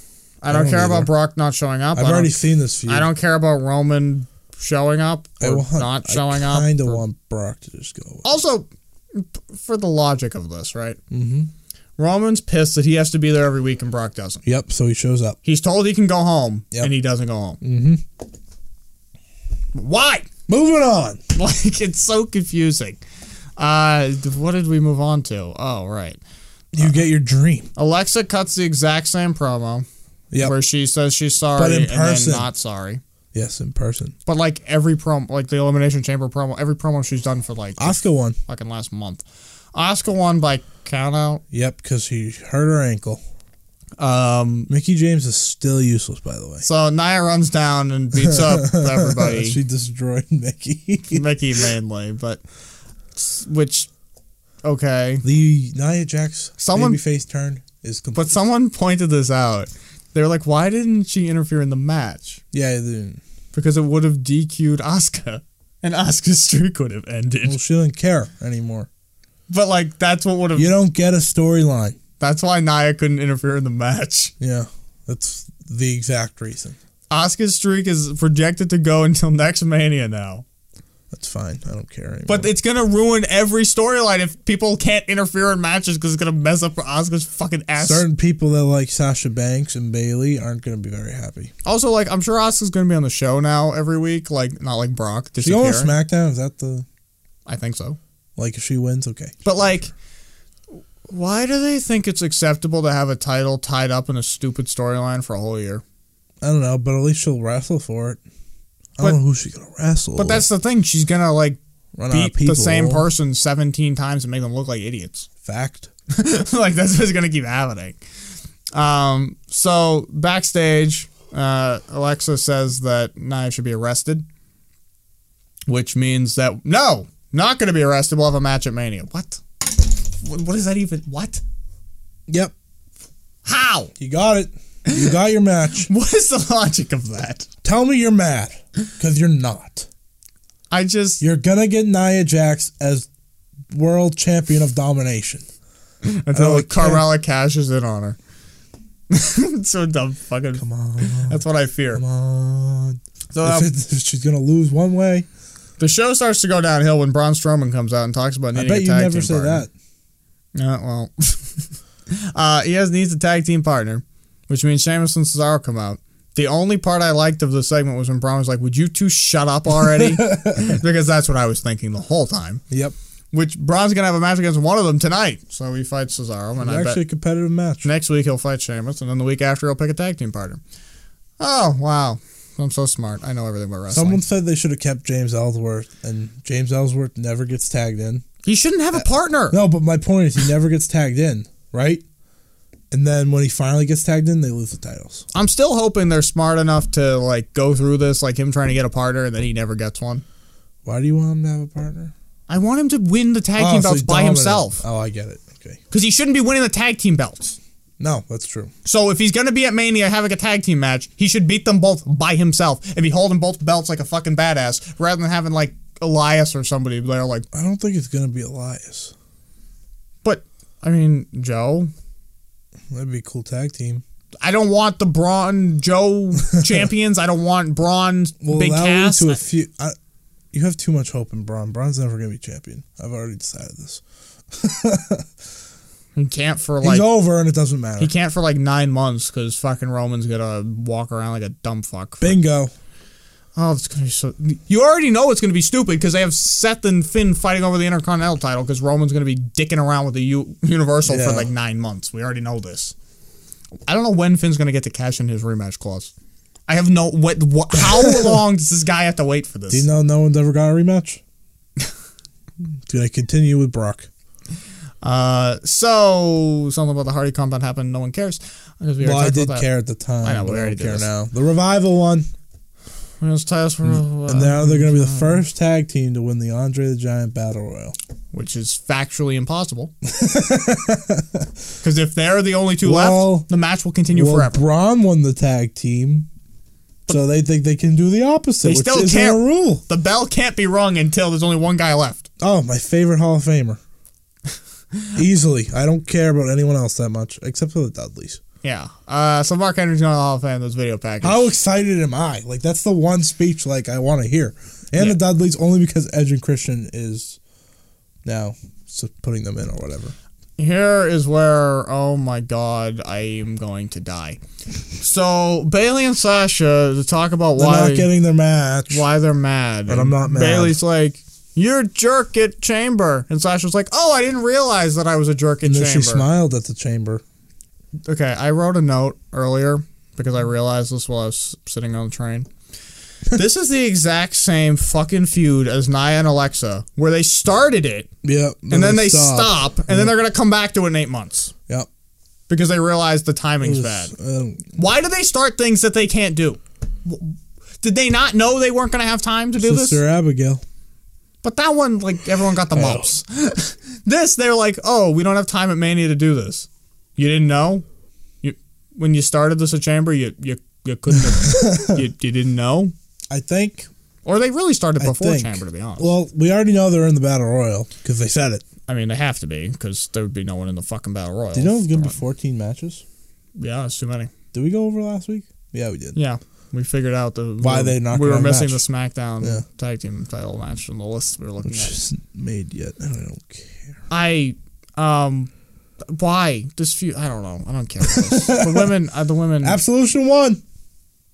I don't, don't care either. about Brock not showing up. I've I don't already seen this feud. I don't care about Roman showing up I or want- not showing I kind up. of or- want Brock to just go. Also, p- for the logic of this, right? Mm-hmm. Roman's pissed that he has to be there every week and Brock doesn't. Yep. So he shows up. He's told he can go home Yep. and he doesn't go home. Mm-hmm. Why? Moving on. Like it's so confusing. Uh, what did we move on to? Oh, right. You get your dream. Alexa cuts the exact same promo Yep. where she says she's sorry in and person. then not sorry. Yes, in person. But like every promo, like the Elimination Chamber promo, every promo she's done for like Oscar won. fucking last month. Oscar won by count out. Yep, because he hurt her ankle. Um, Mickey James is still useless, by the way. so Nia runs down and beats up everybody, she destroyed Mickey. Mickey mainly, but which okay. the Nia Jax Someone- babyface turn is complete. But someone pointed this out. They were like, "Why didn't she interfere in the match?" yeah, the, because it would have DQ'd Asuka, and Asuka's streak would have Well, ended. she doesn't care anymore. But like that's what would have. You don't get a storyline. That's why Nia couldn't interfere in the match. Yeah, that's the exact reason. Asuka's streak is projected to go until next Mania now. That's fine. I don't care anymore. But it's gonna ruin every storyline if people can't interfere in matches because it's gonna mess up Asuka's fucking ass. certain people that like Sasha Banks and Bailey aren't going to be very happy. Also, like I'm sure Asuka's gonna be on the show now every week. Like not like Brock Is she going disappear. to SmackDown? Is that the I think so. like if she wins? Okay. But like, why do they think it's acceptable to have a title tied up in a stupid storyline for a whole year? I don't know, but at least she'll wrestle for it. I But- don't know who she's gonna wrestle. But that's the thing. She's gonna like Run out of beat the same people. person 17 times and make them look like idiots. Fact. like that's what's gonna keep happening. Um, so backstage, uh, Alexa says that Nia should be arrested, which means that no, not gonna be arrested. We'll have a match at Mania. What? What, what is that even? What? Yep, How? you got it. You got your match. What is the logic of that? Tell me you're mad, because you're not. I just You're gonna get Nia Jax as world champion of domination. until Oh, like Carmella cashes in on her. It's so dumb, fucking. Come on, That's what I fear. come on. So If uh, it- if she's gonna lose one way, the show starts to go downhill when Braun Strowman comes out and talks about I needing bet a you tag never team say partner. that. Uh, well, uh, he has needs a tag team partner, which means Sheamus and Cesaro come out. The only part I liked of the segment was when Braun was like, "Would you two shut up already?" because that's what I was thinking the whole time. Yep, Which Braun's gonna have a match against one of them tonight, so he fights Cesaro, and I bet actually a competitive match. Next week he'll fight Sheamus, and then the week after he'll pick a tag team partner. Oh wow, I'm so smart. I know everything about wrestling. Someone said they should have kept James Ellsworth, and James Ellsworth never gets tagged in. he shouldn't have a partner. No, but my point is he never gets tagged in, right? And then when he finally gets tagged in, they lose the titles. I'm still hoping they're smart enough to like go through this, like him trying to get a partner, and then he never gets one. Why do you want him to have a partner? I want him to win the tag Oh, team so belts he's by dominant. himself Oh, I get it. Okay. because he shouldn't be winning the tag team belts. No, that's true. So if he's gonna be at Mania having a tag team match, he should beat them both by himself and be holding both belts like a fucking badass, rather than having like Elias or somebody there. Like, I don't think it's gonna be Elias. but I mean, Joe, That'd be a cool tag team. I don't want the Braun Joe champions. I don't want Braun Well, Big that leads Cass. to a few. I, you have too much hope in Braun. Braun's never gonna be champion. I've already decided this. he can't for He's like over, and it doesn't matter. he can't for like nine months because fucking Roman's gonna walk around like a dumb fuck. for- Bingo. oh, it's gonna be so. You already know it's gonna be stupid because they have Seth and Finn fighting over the Intercontinental title because Roman's gonna be dicking around with the U- Universal Yeah. for like nine months. We already know this. I don't know when Finn's gonna get to cash in his rematch clause. I have no what. what how long does this guy have to wait for this? Do you know no one's ever got a rematch? Dude, I continue with Brock. Uh, so something about the Hardy compound happened. No one cares. Because we Well, I already did talked about care at the time. I know, we but I already don't did care this. now. The revival one. that. We're gonna tie us for a while, Mm. And now they're going to be the first tag team to win the Andre the Giant Battle Royal. which is factually impossible. Because if they're the only two Well- left, the match will continue well, forever. Braun won the tag team, so they think they can do the They opposite, which still isn't can't. a rule. The bell can't be rung until there's only one guy left. Oh, my favorite Hall of Famer. Easily. I don't care about anyone else that much, except for the Dudleys. Yeah. Uh, so Mark Henry's going to the Hall of Fame. Those video package. How excited am I? Like, that's the one speech, like, I want to hear. And Yeah. the Dudleys, only because Edge and Christian is now s- putting them in or whatever. Here is where, oh my god, I am going to die. So Bailey and Sasha to talk about They're why not getting their match. why they're mad. But I'm not mad. Bailey's like, "You're a jerk at Chamber," and Sasha's like, "Oh, I didn't realize that I was a jerk at And then she Chamber." smiled at the chamber. okay, I wrote a note earlier because I realized this while I was sitting on the train. this is the exact same fucking feud as Nia and Alexa, where they started it Yep. and then they stopped. stop, and then they're gonna come back to it in eight months Yep. because they realize the timing's bad. Um, Why do they start things that they can't do? W- Did they not know they weren't gonna have time to do this? Sister Abigail. But that one, like everyone got the Oh. mumps. this, they're like, oh, we don't have time at Mania to do this. You didn't know? You when you started this at Chamber, you you, you couldn't have, you, you didn't know? I think. Or they really started I before think. Chamber, to be honest. Well, we already know they're in the battle royal because they said it. I mean, they have to be because there would be no one in the fucking battle royal. Do you know it's going to be Right. 14 matches? Yeah, it's too many. Did we go over last week? Yeah, we did. Yeah, we figured out the Why we, they knocked we were out a missing match. the SmackDown Yeah. tag team title match from the list we were looking Which at. isn't made yet. I don't care. I um. Why this feud? I don't know. I don't care. the women, uh, the women, Absolution won.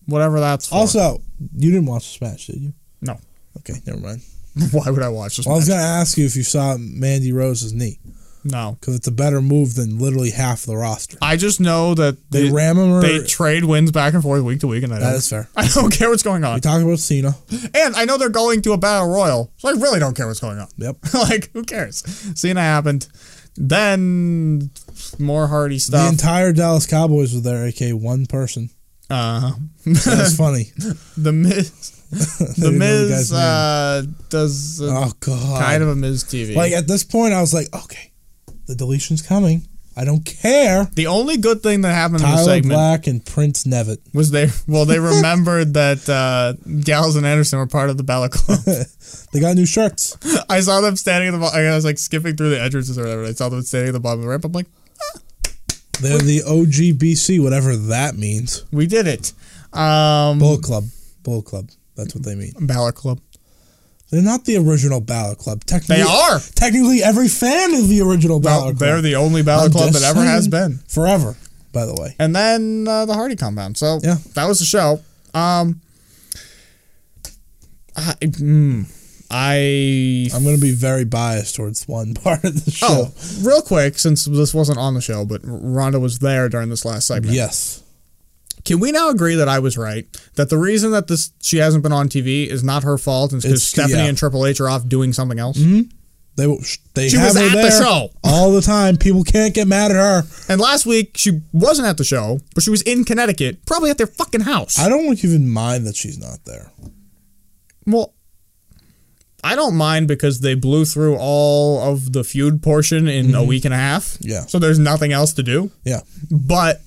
whatever that's for. Also, you didn't watch the match, did you? No. Okay, never mind. why would I watch this? Well, I was match? going to ask you if you saw Mandy Rose's knee no, because it's a better move than literally half the roster. I just know that They the- ram him. Or, they trade wins back and forth week to week, and I that don't, is fair. I don't care what's going on. We talked about Cena. And I know they're going to a battle royal, so I really don't care what's going on. Yep. like, who cares? Cena happened. Then more Hardy The stuff. entire Dallas Cowboys were there, aka one person. uh, That's funny. the Miz. know The the Miz guy's name. uh, does a Oh god. kind of a Miz TV. Like at this point, I was like, okay, the deletion's coming. I don't care. the only good thing that happened in the Tyler segment Black and Prince Nevitt. was they well they remembered that uh, Gals and Anderson were part of the Battle Club. They got new shirts. I saw them standing at the bottom. I was like skipping through the entrances or whatever. I saw them standing at the bottom of the ramp. I'm like, They're the OGBC, whatever that means. we did it. Um, Bull Club. Bull Club. That's what they mean. Balor Club. They're not the original Ballot Club. Technically, They are. Technically, every fan is the original Well, Ballot they're Club. the only battle I'm club that just ever has saying. been. Forever, by the way. And then uh, the Hardy compound. So Yeah. that was the show. Um, I, mm, I I'm going to be very biased towards one part of the show. oh, real quick since this wasn't on the show, but R- Ronda was there during this last segment. Yes. Can we now agree that I was right? That the reason that this she hasn't been on TV is not her fault, it's because It's- Stephanie yeah. Mm-hmm. and Triple H are off doing something else. They, will- sh- they She have was her at the there show. all the time. People can't get mad at her. And last week she wasn't at the show, but she was in Connecticut, probably at their fucking house. I don't even mind that she's not there. Well, I don't mind because they blew through all of the feud portion in a week and a half. Yeah. So there's nothing else to do. Mm-hmm. Yeah. But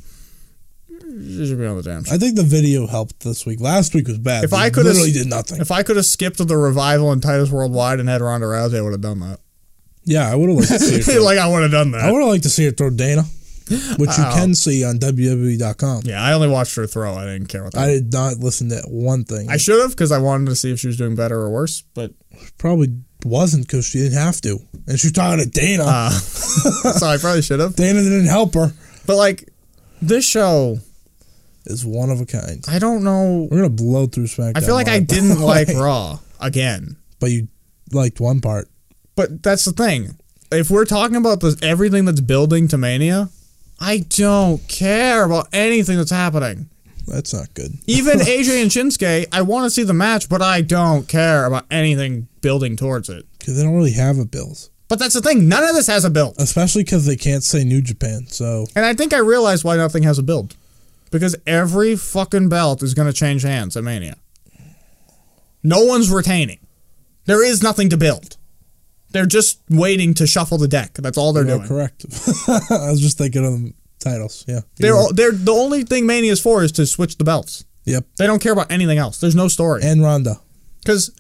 you should be on the damn show. I think the video helped this week. Last week was bad. If They I coulda literally s- did nothing. If I could have skipped the revival in Titus Worldwide and had Ronda Rousey, I would have done that. yeah, I would have liked to see her. throw- like I would have done I that. would have liked to see her throw Dana, which you can see on WWE.com. Yeah, I only watched her throw. I didn't care what I that. did not listen to one thing. I, should have because I wanted to see if she was doing better or worse. But probably wasn't because she didn't have to, and she was talking to Dana. uh, so I probably should have. Dana didn't help her. But like this show, Is one of a kind. I don't know. We're gonna blow through SmackDown. I feel like I Live, by didn't the like way. Raw again. but you liked one part. But that's the thing. If we're talking about this, everything that's building to Mania, I don't care about anything that's happening. That's not good. Even AJ and Shinsuke, I want to see the match, but I don't care about anything building towards it. Because they don't really have a bills, But that's the thing. None of this has a build. especially because they can't say New Japan. So And I think I realized why nothing has a build. Because every fucking belt is going to change hands at Mania. No one's retaining. There is nothing to build. They're just waiting to shuffle the deck. That's all they're no, doing. correct. I was just thinking of the titles. Yeah, They're You're all, they're the only thing Mania is for is to switch the belts. Yep. They don't care about anything else. There's no story And Ronda. because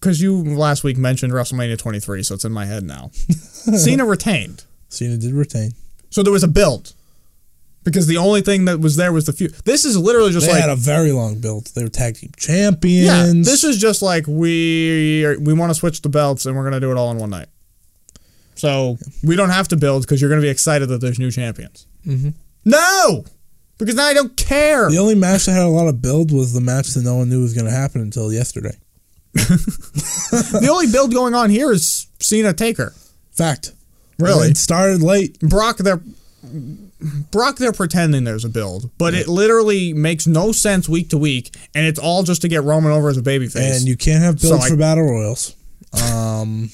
because you last week mentioned WrestleMania 23, so it's in my head now. Cena retained, Cena did retain. so there was a build because the only thing that was there was the feud. This is literally just They like had a very long build. They were tag team yeah, champions. this is just like we are, we want to switch the belts and we're gonna do it all in one night. So we don't have to build because you're gonna be excited that there's new champions. Mm-hmm. No, because now I don't care. the only match that had a lot of build was the match that no one knew was going to happen until yesterday. the only build going on here is Cena Taker. Fact. Really? It started late. Brock they're Brock they're pretending there's a build, but it literally makes no sense week to week, and it's all just to get Roman over as a babyface. And you can't have So builds I- for battle royals. Um,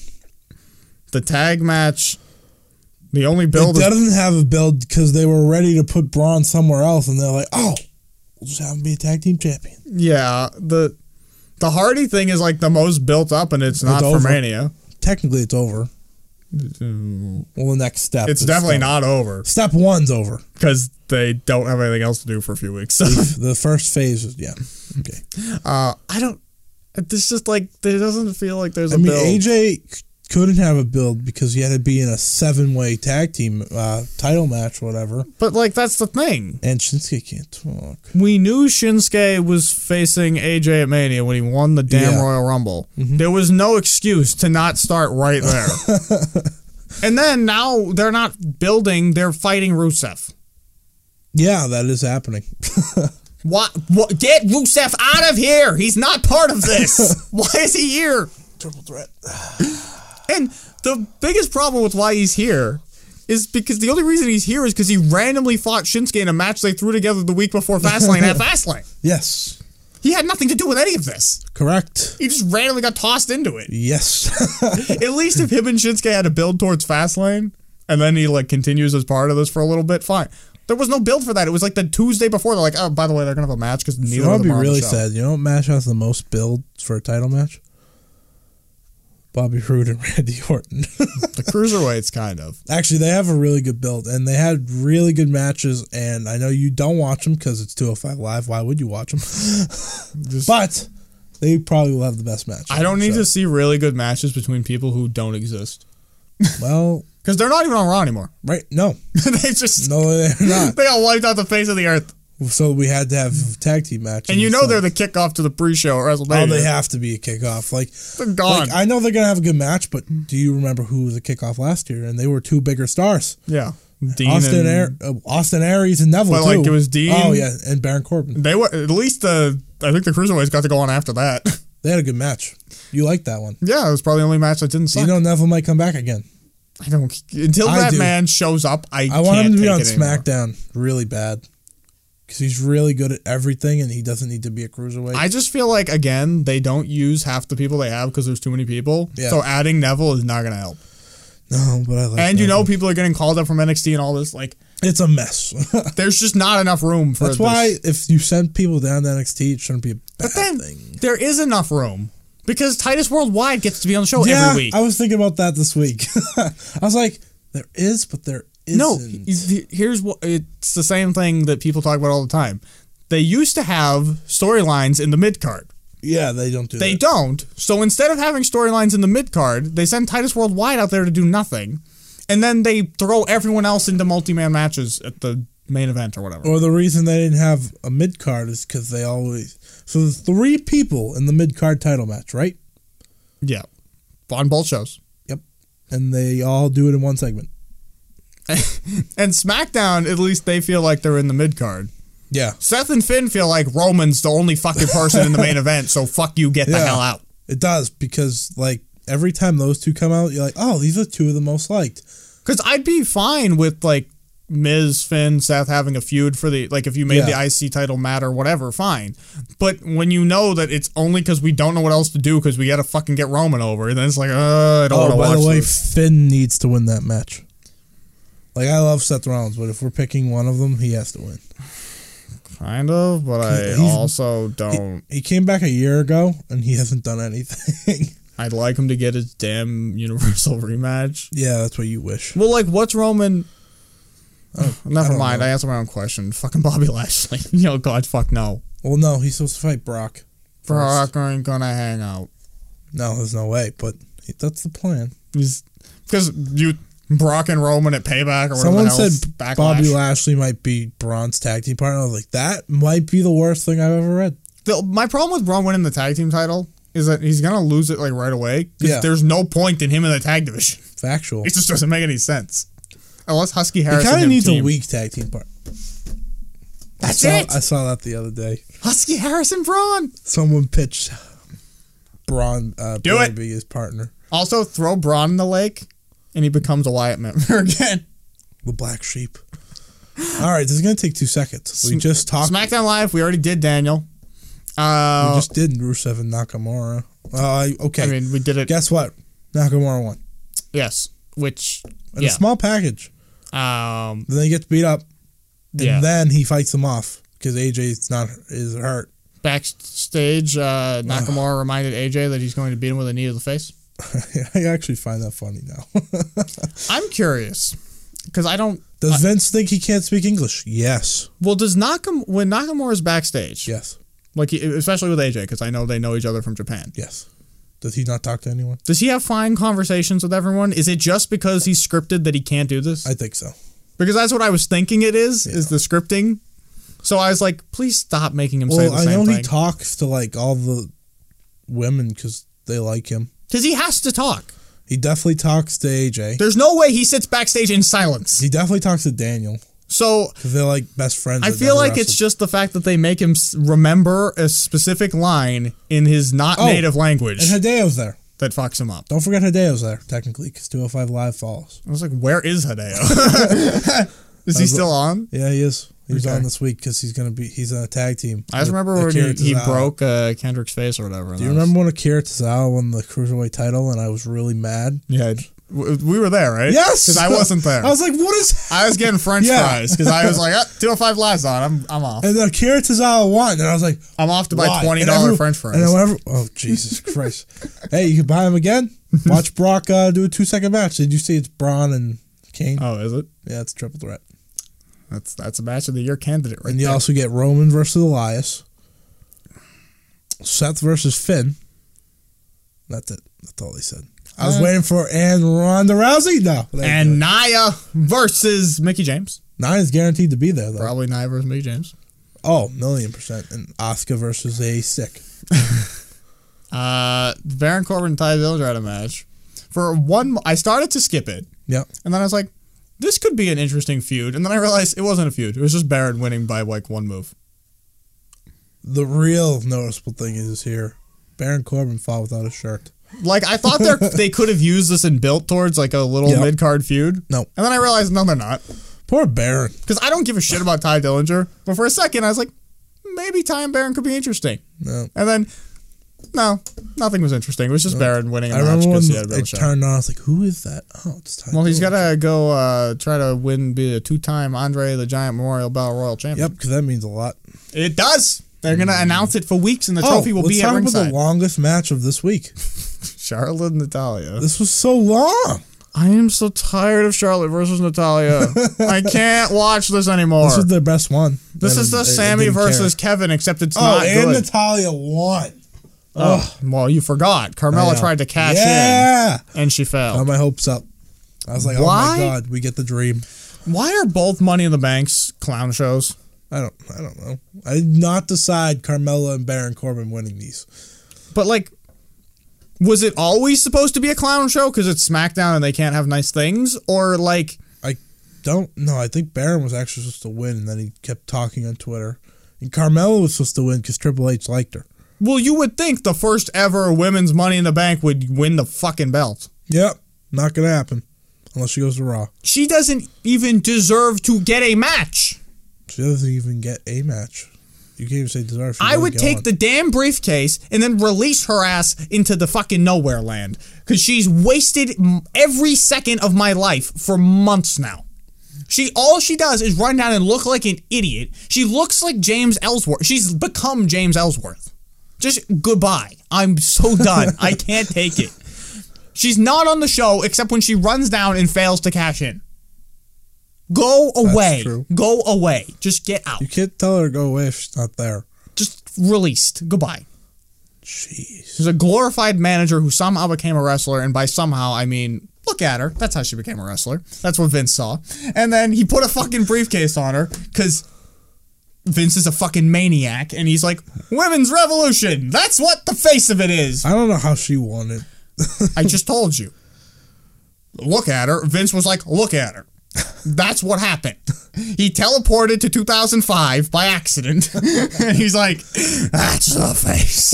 the tag match, the only build it is, doesn't have a build because they were ready to put Braun somewhere else, and they're like, "Oh, we'll just have him be a tag team champion." yeah the the Hardy thing is like the most built up, and it's not for over. Mania. Technically, it's over. Well, the next step. It's is definitely step- not over Step one's over. because they don't have anything else to do for a few weeks. So the first phase is yeah. Okay. uh, I don't. It's just like there doesn't feel like there's a I mean, build. AJ c- couldn't have a build because he had to be in a seven-way tag team uh, title match, whatever. but like that's the thing. And Shinsuke can't talk. We knew Shinsuke was facing AJ at Mania when he won the damn Yeah. Mm-hmm. Royal Rumble. There was no excuse to not start right there. and then now they're not building; they're fighting Rusev. Yeah, that is happening. What? what get Rusev out of here! He's not part of this. Why is he here? Triple threat. And the biggest problem with why he's here is because the only reason he's here is because he randomly fought Shinsuke in a match they threw together the week before Fastlane at Fastlane. Yes, He had nothing to do with any of this. correct. He just randomly got tossed into it. Yes, At least if him and Shinsuke had a build towards Fastlane, and then he like continues as part of this for a little bit, fine. There was no build for that. It was like the Tuesday before. They're like, oh, by the way, they're gonna have a match because you neither know of what'd them be are on really the show. sad. You know what match has the most build for a title match? Bobby Roode and Randy Orton. The cruiserweights, kind of. Actually, they have a really good build, and they had really good matches. And I know you don't watch them because it's 205 Live. Why would you watch them? Just- but they probably will have the best match. I don't need to see really good matches between people who don't exist e-, Well, because they're not even on Raw anymore. right? No, they just no, they're not. they got wiped out the face of the earth. So we had to have tag team matches. And you It's know like, they're the kickoff to the pre-show at WrestleMania. Oh, they have to be a kickoff. Like, They're gone. like I know they're gonna have a good match, but do you remember who was a kickoff last year? And they were two bigger stars, yeah, Dean Austin and- Air, uh, Austin Aries and Neville. But, like, too. it was Dean- Oh yeah, and Baron Corbin. They were at least the. I think the cruiserweights got to go on after that. They had a good match. You liked that one. yeah, it was probably the only match that didn't suck. You know Neville might come back again. I don't until I that do. man shows up. I I want can't him to be take on it anymore. SmackDown really bad because he's really good at everything, and he doesn't need to be a cruiserweight. I just feel like again they don't use half the people they have because there's too many people. Yeah. So adding Neville is not gonna help. no, but I like. And you Neville. know people are getting called up from NXT and all this. Like it's a mess. there's just not enough room for. That's this. why if you send people down to NXT, it shouldn't be a bad But then thing. there is enough room because Titus Worldwide gets to be on the show yeah, every week. I was thinking about that this week. I was like, there is, but there isn't. no, he- he- here's what it's the same thing that people talk about all the time. They used to have storylines in the mid card. yeah, they don't do They that. don't. So instead of having storylines in the mid card, they send Titus Worldwide out there to do nothing, and then they throw everyone else into multi man matches at the main event or whatever. Or the reason they didn't have a mid card is because they always. So there's three people in the mid card title match, right? Yeah, on both shows. Yep. And they all do it in one segment. and SmackDown, at least they feel like they're in the mid card. Yeah. Seth and Finn feel like Roman's the only fucking person in the main event, so fuck you, get the Yeah. hell out. It does because like every time those two come out, you're like, oh, these are two of the most liked. Because I'd be fine with like Miz, Finn, Seth having a feud for the like if you made Yeah. the IC title matter, whatever, fine. But when you know that it's only because we don't know what else to do because we got to fucking get Roman over, then it's like, uh, I don't Oh, want by to the watch way, this. Finn needs to win that match. Like I love Seth Rollins, but if we're picking one of them, he has to win. Kind of, but I He's- also don't. He came back a year ago and he hasn't done anything. I'd like him to get his damn Universal rematch. yeah, that's what you wish. Well, like, what's Roman? Oh, Never don't mind. I answered my own question. Fucking Bobby Lashley. Yo, God, fuck no. Well, no, he's supposed to fight Brock. first. Brock ain't gonna hang out. No, there's no way, but he- that's the plan. because you Brock and Roman at Payback or Someone whatever the hell, said backlash. Bobby Lashley might be Braun's tag team partner. I was like, that might be the worst thing I've ever read. The- my problem with Braun winning the tag team title is that he's gonna lose it like right away. 'cause Yeah. There's no point in him in the tag division. Factual. It just doesn't make any sense. Unless Husky He Harris. kind of needs a week. weak tag team partner. That's I saw, it. I saw that the other day. Husky Harris and Braun. Someone pitched Braun uh, Do Braun it. to be his partner. Also, throw Braun in the lake, and he becomes a Wyatt member again. The black sheep. All right, this is gonna take two seconds. We just talked. SmackDown Live. We already did Daniel. Uh, We just did Rusev and Nakamura. Uh, okay. I mean, we did it. Guess what? Nakamura won yes. Which. in yeah. a small package. um. Then he gets beat up, and Yeah. then he fights him off because AJ's not is hurt. backstage, uh, Nakamura reminded AJ that he's going to beat him with a knee to the face. I actually find that funny now. I'm curious because I don't. Does Vince think he can't speak English? Yes. Well, does Nakam when Nakamura's backstage, Yes. like e, especially with AJ, because I know they know each other from Japan. Yes. Does he not talk to anyone? Does he have fine conversations with everyone? Is it just because he's scripted that he can't do this? I think so. because that's what I was thinking. It is is the scripting. So I was like, please stop making him say Well, the I same know thing. he talks to like all the women because they like him. Because he has to talk. He definitely talks to AJ. There's no way he sits backstage in silence. He definitely talks to Daniel So because they're like best friends. I that feel never like it's wrestled. just the fact that they make him s- remember a specific line in his not Oh, native language and Hideo's there. that fucks him up. Don't forget Hideo's there technically because 205 Live falls. I was like, where is Hideo? is he still on? Yeah, he is. He was Okay. on this week because he's gonna be. He's on a tag team. I just with remember when Akira he, he Tozawa. broke uh, Kendrick's face or whatever. Do you remember when Akira Tozawa won the cruiserweight title and I was really mad? Yeah, it- w- we were there, right? Yes, because I wasn't there. I was like, "What is?" I was getting French Yeah. fries because I was like, ah, 205 lives on. I'm I'm off. And then Akira Tozawa won, and I was like, I'm off to Why? buy twenty And dollar everyone- French fries. And whatever. Oh Jesus Christ! hey, you can buy him again. Watch Brock uh, do a two second match. Did you see it's Braun and Kane? oh, is it? yeah, it's triple threat. That's that's a match of the year candidate right And you there. also get Roman versus Elias, Seth versus Finn. That's it. That's all they said. I was Uh, waiting for and Ronda Rousey. No, they didn't do And Nia versus Mickey James. it. Nia is guaranteed to be there though. Probably Nia versus Mickey James. Oh, million percent. And Oscar versus a sick. Uh, Baron Corbin and Ty Dillinger had a match. For one, mo- I started to skip it, Yep. and then I was like, "This could be an interesting feud." And then I realized it wasn't a feud; it was just Baron winning by like one move. The real noticeable thing is here. Baron Corbin fought without a shirt. Like I thought they they could have used this and built towards like a little Yeah. mid card feud. No. and then I realized no, they're not. Poor Baron. Because I don't give a shit about Ty Dillinger, but for a second I was like, maybe Ty and Baron could be interesting. No. And then, no, nothing was interesting. It was just Baron winning a I match remember when because he had a real it shot. turned on. I was like, "Who is that?" Oh, it's Ty. well, he's Dillinger. got to go uh, try to win, be a two time Andre the Giant Memorial Battle Royal champion. Yep, because that means a lot. It does. They're going to announce it for weeks, and the trophy will Oh, let's be at talk about the ringside. longest match of this week. Charlotte and Natalia. This was so long. I am so tired of Charlotte versus Natalia. I can't watch this anymore. This was their best one. This They is the didn't- they- they Sammy didn't care. versus Kevin, except it's Oh, not and good. Natalia won. Oh, well, you forgot. Carmella Yeah. tried to cash yeah. in and she failed. Got my hopes up. I was like, Why? "Oh my god, we get the dream." Why are both Money in the Banks clown shows? I don't. I don't know. I did not decide Carmella and Baron Corbin winning these. But like, was it always supposed to be a clown show because it's SmackDown and they can't have nice things? Or like, I don't know. I think Baron was actually supposed to win, and then he kept talking on Twitter. And Carmella was supposed to win because Triple H liked her. well, you would think the first ever women's Money in the Bank would win the fucking belt. Yep, not gonna happen unless she goes to Raw. She doesn't even deserve to get a match. She doesn't even get a match. You can't even say deserve. She I doesn't would get take one. the damn briefcase and then release her ass into the fucking nowhere land because she's wasted m- every second of my life for months now. She all she does is run down and look like an idiot. She looks like James Ellsworth. She's become James Ellsworth. Just goodbye. I'm so done. I can't take it. She's not on the show except when she runs down and fails to cash in. Go away. true. Go away. Just get out. You can't tell her to go away if she's not there. Just released. Goodbye. Jeez. She's a glorified manager who somehow became a wrestler, and by somehow I mean look at her. That's how she became a wrestler. That's what Vince saw. And then he put a fucking briefcase on her because Vince is a fucking maniac, and he's like, "Women's revolution. That's what the face of it is." I don't know how she won it. I just told you. Look at her. Vince was like, "Look at her." That's what happened. He teleported to 2005 by accident. and he's like, that's the face.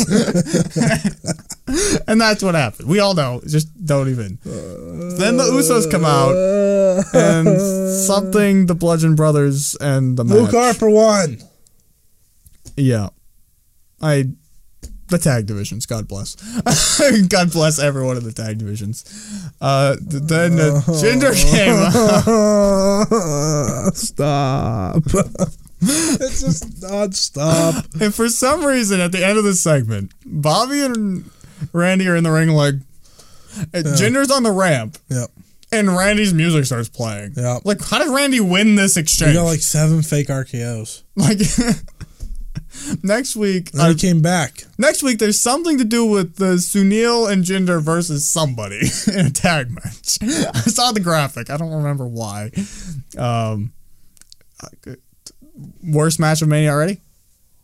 and that's what happened. We all know. Just don't even. then the Usos come out Uh, and something the Bludgeon Brothers and the Luke match. Harper won. Yeah. I the tag divisions, God bless. God bless everyone in the tag divisions. Uh th- then uh, Jinder came out. Stop. it's just non-stop. and for some reason at the end of the segment, Bobby and Randy are in the ring like Jinder's on the ramp, Yep. and Randy's music starts playing. Yeah. Like, how did Randy win this We exchange? got like seven fake RKOs. Like, next week, And uh, he came back. next week, there's something to do with the Sunil and Jinder versus somebody in a tag match. I saw the graphic. I don't remember why. Um, I- worst match of Mania already.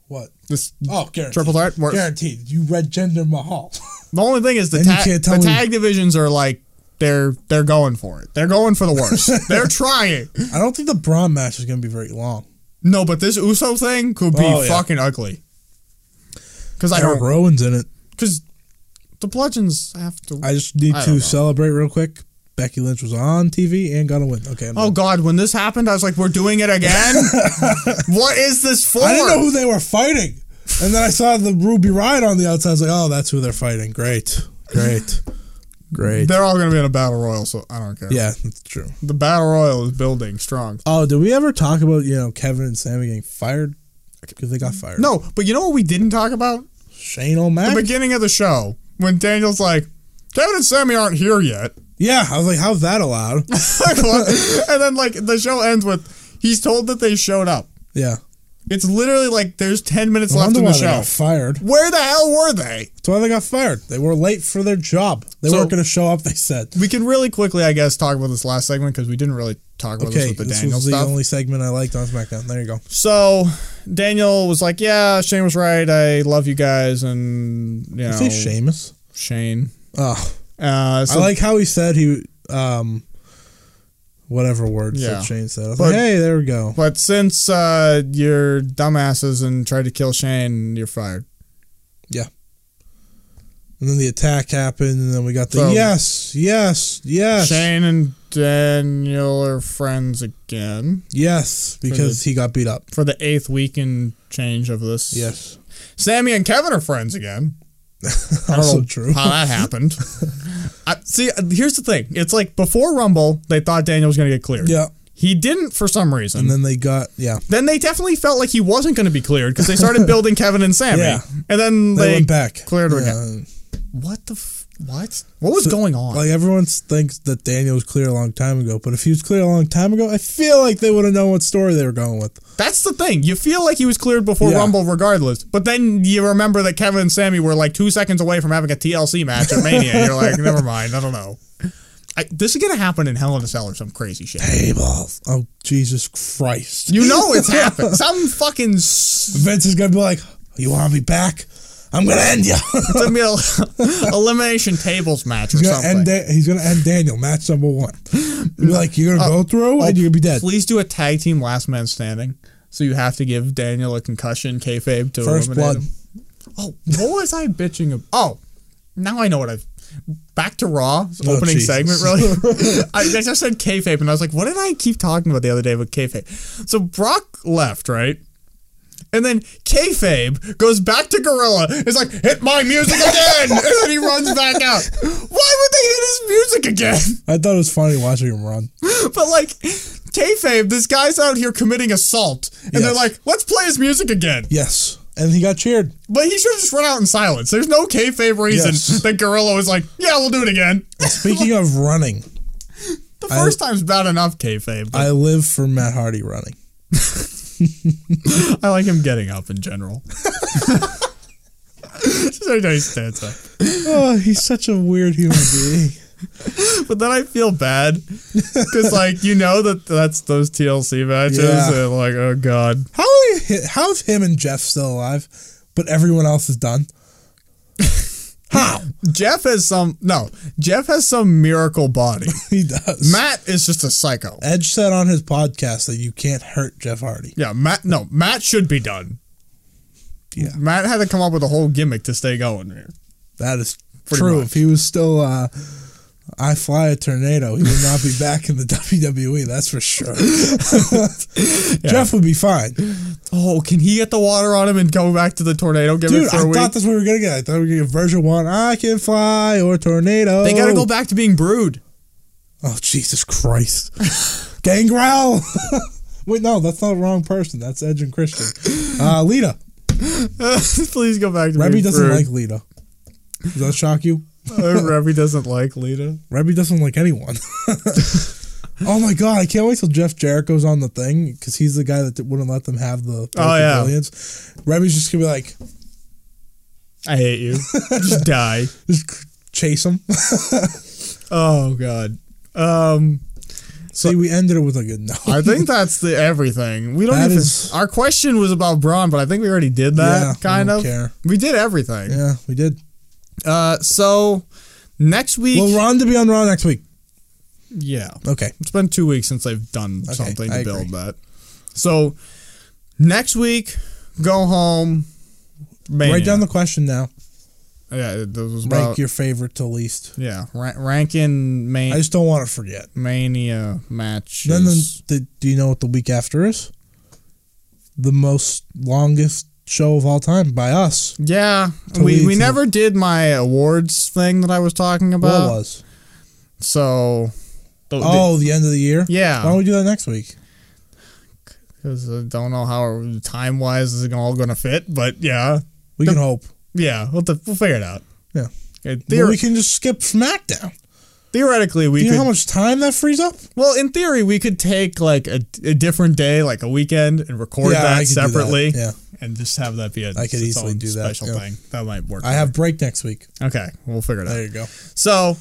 What? This Oh, guaranteed. triple threat. Worst. Guaranteed. You read Gender Mahal. The only thing is the, Then you ta- can't tell the me- tag divisions are like they're they're going for it. They're going for the worst. they're trying. I don't think the Braun match is going to be very long. No, but this Uso thing could be Oh, yeah. fucking ugly. Because I Eric don't. Rowan's in it. Because the bludgeons have to. I just need I don't know. to celebrate real quick. Becky Lynch was on TV and got a win. Okay. I'm oh God! When this happened, I was like, "We're doing it again." what is this for? I didn't know who they were fighting. And then I saw the Ruby Riot on the outside. I was like, oh, that's who they're fighting. Great. Great. Great. They're all going to be in a battle royal, so I don't care. yeah, that's true. The battle royal is building strong. Oh, did we ever talk about, you know, Kevin and Sammy getting fired? Because they got fired. No, but you know what we didn't talk about? Shane The O'Mac? beginning of the show when Daniel's like, "Kevin and Sammy aren't here yet." yeah, I was like, how's that allowed? and then like the show ends with he's told that they showed up. yeah. It's literally like there's ten minutes I left wonder in why the they show. got fired. Where the hell were they? That's why they got fired. They were late for their job. They So- weren't going to show up, they said. We can really quickly, I guess, talk about this last segment because we didn't really talk about Okay, this with the this Daniel was the stuff. only segment I liked on SmackDown. There you go. so Daniel was like, "Yeah, Shane was right. I love you guys," and you know, Did you say Seamus? Shane. Oh. Uh, so I like how he said he, um, whatever words Yeah. that Shane said. I was But- like, hey, there we go. But since uh, you're dumbasses and tried to kill Shane, you're fired. And then the attack happened, and then we got the So- yes, yes, yes, Shane and Daniel are friends again. yes, because he got beat up. for the eighth week in change of this. Yes, Sammy and Kevin are friends again. I don't also know true. How that happened. I, see, uh, here's the thing. It's like before Rumble, they thought Daniel was going to get cleared. Yeah, He didn't for some reason. and then, then they got yeah. they definitely felt like he wasn't going to be cleared because they started building Kevin and Sammy. Yeah. And then They, they, went back. cleared her yeah. What the f- What? What was going on? Like everyone thinks that Daniel was clear a long time ago, but if he was clear a long time ago, I feel like they would have known what story they were going with. That's the thing. You feel like he was cleared before Yeah. Rumble regardless, but then you remember that Kevin and Sammy were like two seconds away from having a TLC match at Mania. You're like, never mind. I don't know. I, this is going to happen in Hell in a Cell or some crazy shit. Tables. Oh Jesus Christ! You know it's happened. Some fucking. S- Vince is gonna be like, "You want me back? I'm gonna end you." it's gonna be a elimination tables match or He's gonna, something. end da- he's gonna end Daniel match number one. You'd be like you're gonna go through and you're gonna be dead. Please do a tag team last man standing. So you have to give Daniel a concussion, kayfabe to First eliminate blood. him. Oh, what was I bitching about? Oh, now I know what I've. Back to Raw Oh, opening Jesus. segment, really. I, I just said kayfabe, and I was like, "What did I keep talking about the other day with kayfabe?" So Brock left, right, and then kayfabe goes back to Gorilla. It's like, "Hit my music again," and then he runs back out. Why would they hit his music again? I thought it was funny watching him run. But like kayfabe, this guy's out here committing assault, and they're Yes. like, "Let's play his music again." Yes, and he got cheered. But he should have just run out in silence. There's no kayfabe reason Yes. that Gorilla was like, "Yeah, we'll do it again." Speaking of running, The first time's bad enough kayfabe. But I live for Matt Hardy running. I like him getting up in general. Just every time he stands up. Oh, he's such a weird human being. But then I feel bad because, like, you know that that's those TLC matches, Yeah. and like, oh god, How are you, how's him and Jeff still alive, but everyone else is done? How Jeff has some no, Jeff has some miracle body. he does. Matt is just a psycho. Edge said on his podcast that you can't hurt Jeff Hardy. Yeah, Matt. No, Matt should be done. Yeah. Matt had to come up with a whole gimmick to stay going here. That is Pretty true. much. If he was still uh, I fly a tornado, he would not be back in the WWE. That's for sure. Jeff would be fine, dude. Oh, can he get the water on him and go back to the tornado gimmick for I a week? thought that's what we were gonna get. I thought we were gonna get version one. I can fly or tornado. they gotta go back to being brood. Oh Jesus Christ, Gangrel. Wait, no, that's not the wrong person. That's Edge and Christian. Uh, Lita. Please go back to Remy being doesn't brood. like Lita. Does that shock you? Uh, Robbie doesn't like Lita. Rebby doesn't like anyone. oh my god, I can't wait till Jeff Jericho's on the thing because he's the guy that wouldn't let them have the Oh, yeah. billions. Rebby's just gonna be like, I hate you. Just die. just c- chase him. Oh god. Um, See, we ended it with a good note. I think that's the everything. We don't That even. is- Our question was about Braun, but I think we already did Yeah, that. I kind don't of. care. We did everything. yeah, we did. Uh, so next week. Well, Ron to be on Raw next week. yeah. Okay, It's been two weeks since I've done something to I build agree. that. So next week, go home. Mania. write down the question now. yeah. That was Rank about your favorite to least. yeah ra- ranking main. I just don't want to forget. Mania matches. Then the, the, do you know what the week after is? The most longest show of all time by us. yeah, To we, lead we to- never did my awards thing that I was talking Well, about. was So, but oh the end of the year. the- yeah, Why don't we do that next week? because I don't know how time wise is it all going to fit, but yeah, We The- can hope. yeah, we'll, th- we'll figure it out. Yeah. Okay, But theor- we can just skip SmackDown. theoretically, we Do you could. know how much time that frees up? well, in theory, we could take like a, a different day, like a weekend, and record I that could do separately, Yeah, and just have that be a I could its easily own do that, special yeah. thing. That might work. I have break next week. okay, we'll figure it out. There you go. So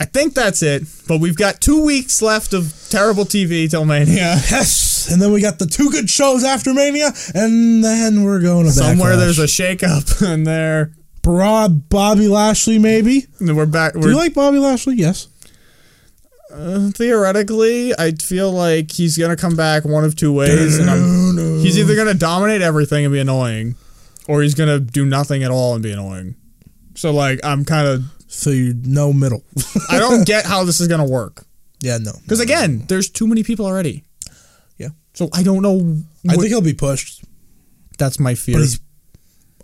I think that's it. But we've got two weeks left of terrible TV till Mania. Yes, and then we got the two good shows after Mania, and then we're going to Somewhere Backlash. there's a shakeup, and there Bra- Bobby Lashley. Maybe and we're back. do We're, you like Bobby Lashley? Yes. uh, theoretically, I feel like he's gonna come back one of two ways, and I'm, he's either gonna dominate everything and be annoying, or he's gonna do nothing at all and be annoying. So like, I'm kind of so you no middle. I don't get how this is gonna work yeah, no. because again, there's too many people already. Yeah. So I don't know. I what- think he'll be pushed, that's my fear. but he's.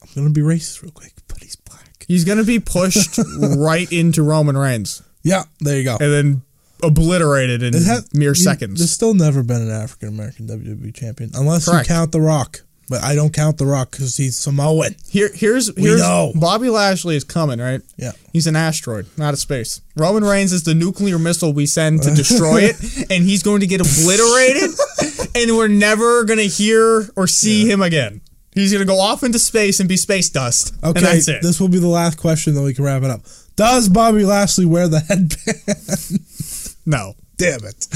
I'm gonna be racist real quick, but he's black. He's going to be pushed right into Roman Reigns Yeah, there you go. and then obliterated in It has- mere you- seconds. There's still never been an African American WWE E champion, unless Correct. you count The Rock. But I don't count The Rock because he's Samoan. Here, here's here's know. Bobby Lashley is coming, right? Yeah. He's an asteroid, not a space. Roman Reigns is the nuclear missile we send to destroy it, and he's going to get obliterated, and we're never going to hear or see him again. He's going to go off into space and be space dust. Okay, and that's it. this will be the last question, then we can wrap it up. Does Bobby Lashley wear the headband? no. Damn it!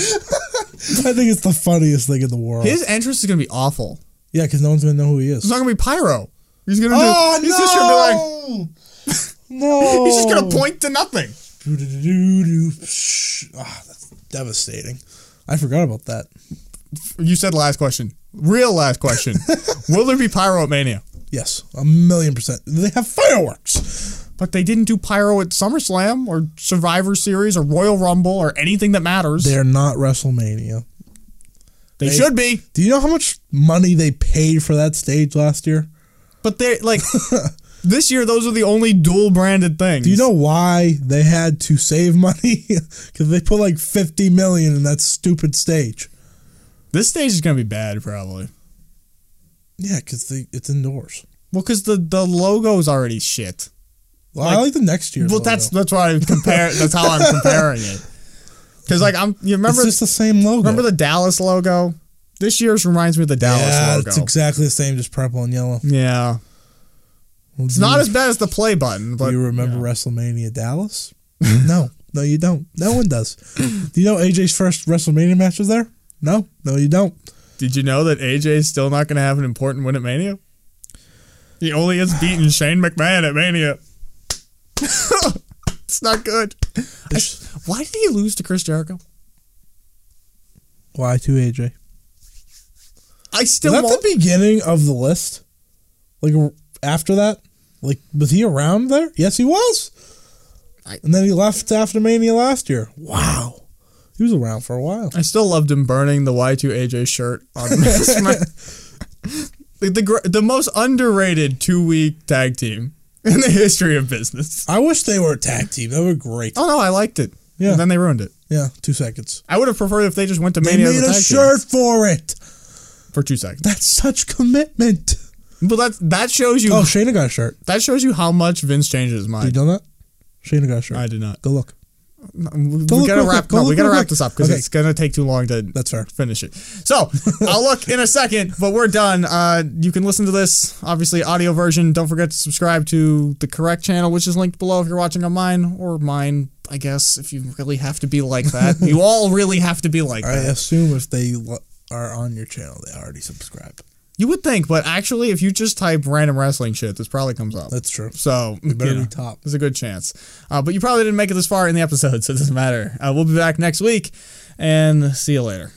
I think it's the funniest thing in the world. Yeah, 'cause His entrance is going to be awful. yeah, because no one's gonna know who he It's is. not going to be pyro. He's going to Oh do, he's just going to be like, no! Oh, no! he's just going to point to nothing. Doo-doo-doo-doo. Psh. Ah, that's devastating. I forgot about that. You said last question. Real last question. Will there be pyromania? Yes, a million percent. They have fireworks. But they didn't do pyro at SummerSlam or Survivor Series or Royal Rumble or anything that matters. They're not WrestleMania. They, they- should be. Do you know how much money they paid for that stage last year? But they're like this year those are the only dual branded things. Do you know why they had to save money? Because they put like fifty million in that stupid stage. this stage is gonna be bad probably. Yeah, because it's indoors. Well, because the, the logo's already shit. Well, I like the next year. Well, that's that's why I compare. that's how I'm comparing it. Because like I'm, you remember it's just the same logo. remember the Dallas logo? This year's reminds me of the Dallas yeah, logo. it's exactly the same, just purple and yellow. yeah, It's not as bad as the play button, but Do you remember WrestleMania Dallas? no, no, you don't. No one does. Do you know AJ's first WrestleMania match was there? No, no, you don't. did you know that AJ is still not going to have an important win at Mania? He only has beaten Shane McMahon at Mania. it's not good. I- why did he lose to Chris Jericho? Why to AJ? I still was that won't. the beginning of the list? Like r- after that? Like was he around there? Yes, he was. I- and then he left after Mania last year. Wow, he was around for a while. I still loved him burning the Y2AJ shirt on the, the gr- the most underrated two week tag team in the history of business. I wish they were a tag team. That would be great. Oh no, I liked it. Yeah. And then they ruined it. Yeah, two seconds. I would have preferred if they just went to They Mania as made a a tag team shirt for it. for two seconds. That's such commitment. But that that shows you Oh, Shayna got a shirt. that shows you how much Vince changes his You mind. done that? Shayna got a shirt. I did not. Go look. No, we Go we look gotta real wrap. quick. Go no, we look gotta real wrap quick. this up because Okay. it's gonna take too long to That's fair. finish it. So I'll look in a second, but we're done. Uh, you can listen to this obviously audio version. Don't forget to subscribe to the correct channel, which is linked below if you're watching on mine or mine. I guess if you really have to be like that, you all really have to be like I that. assume if they lo- are on your channel, they already subscribe. You would think, but actually, if you just type random wrestling shit, this probably comes up. That's true. So you better know, be top. There's a good chance, uh, but you probably didn't make it this far in the episode, so it doesn't matter. Uh, we'll be back next week, and see you later.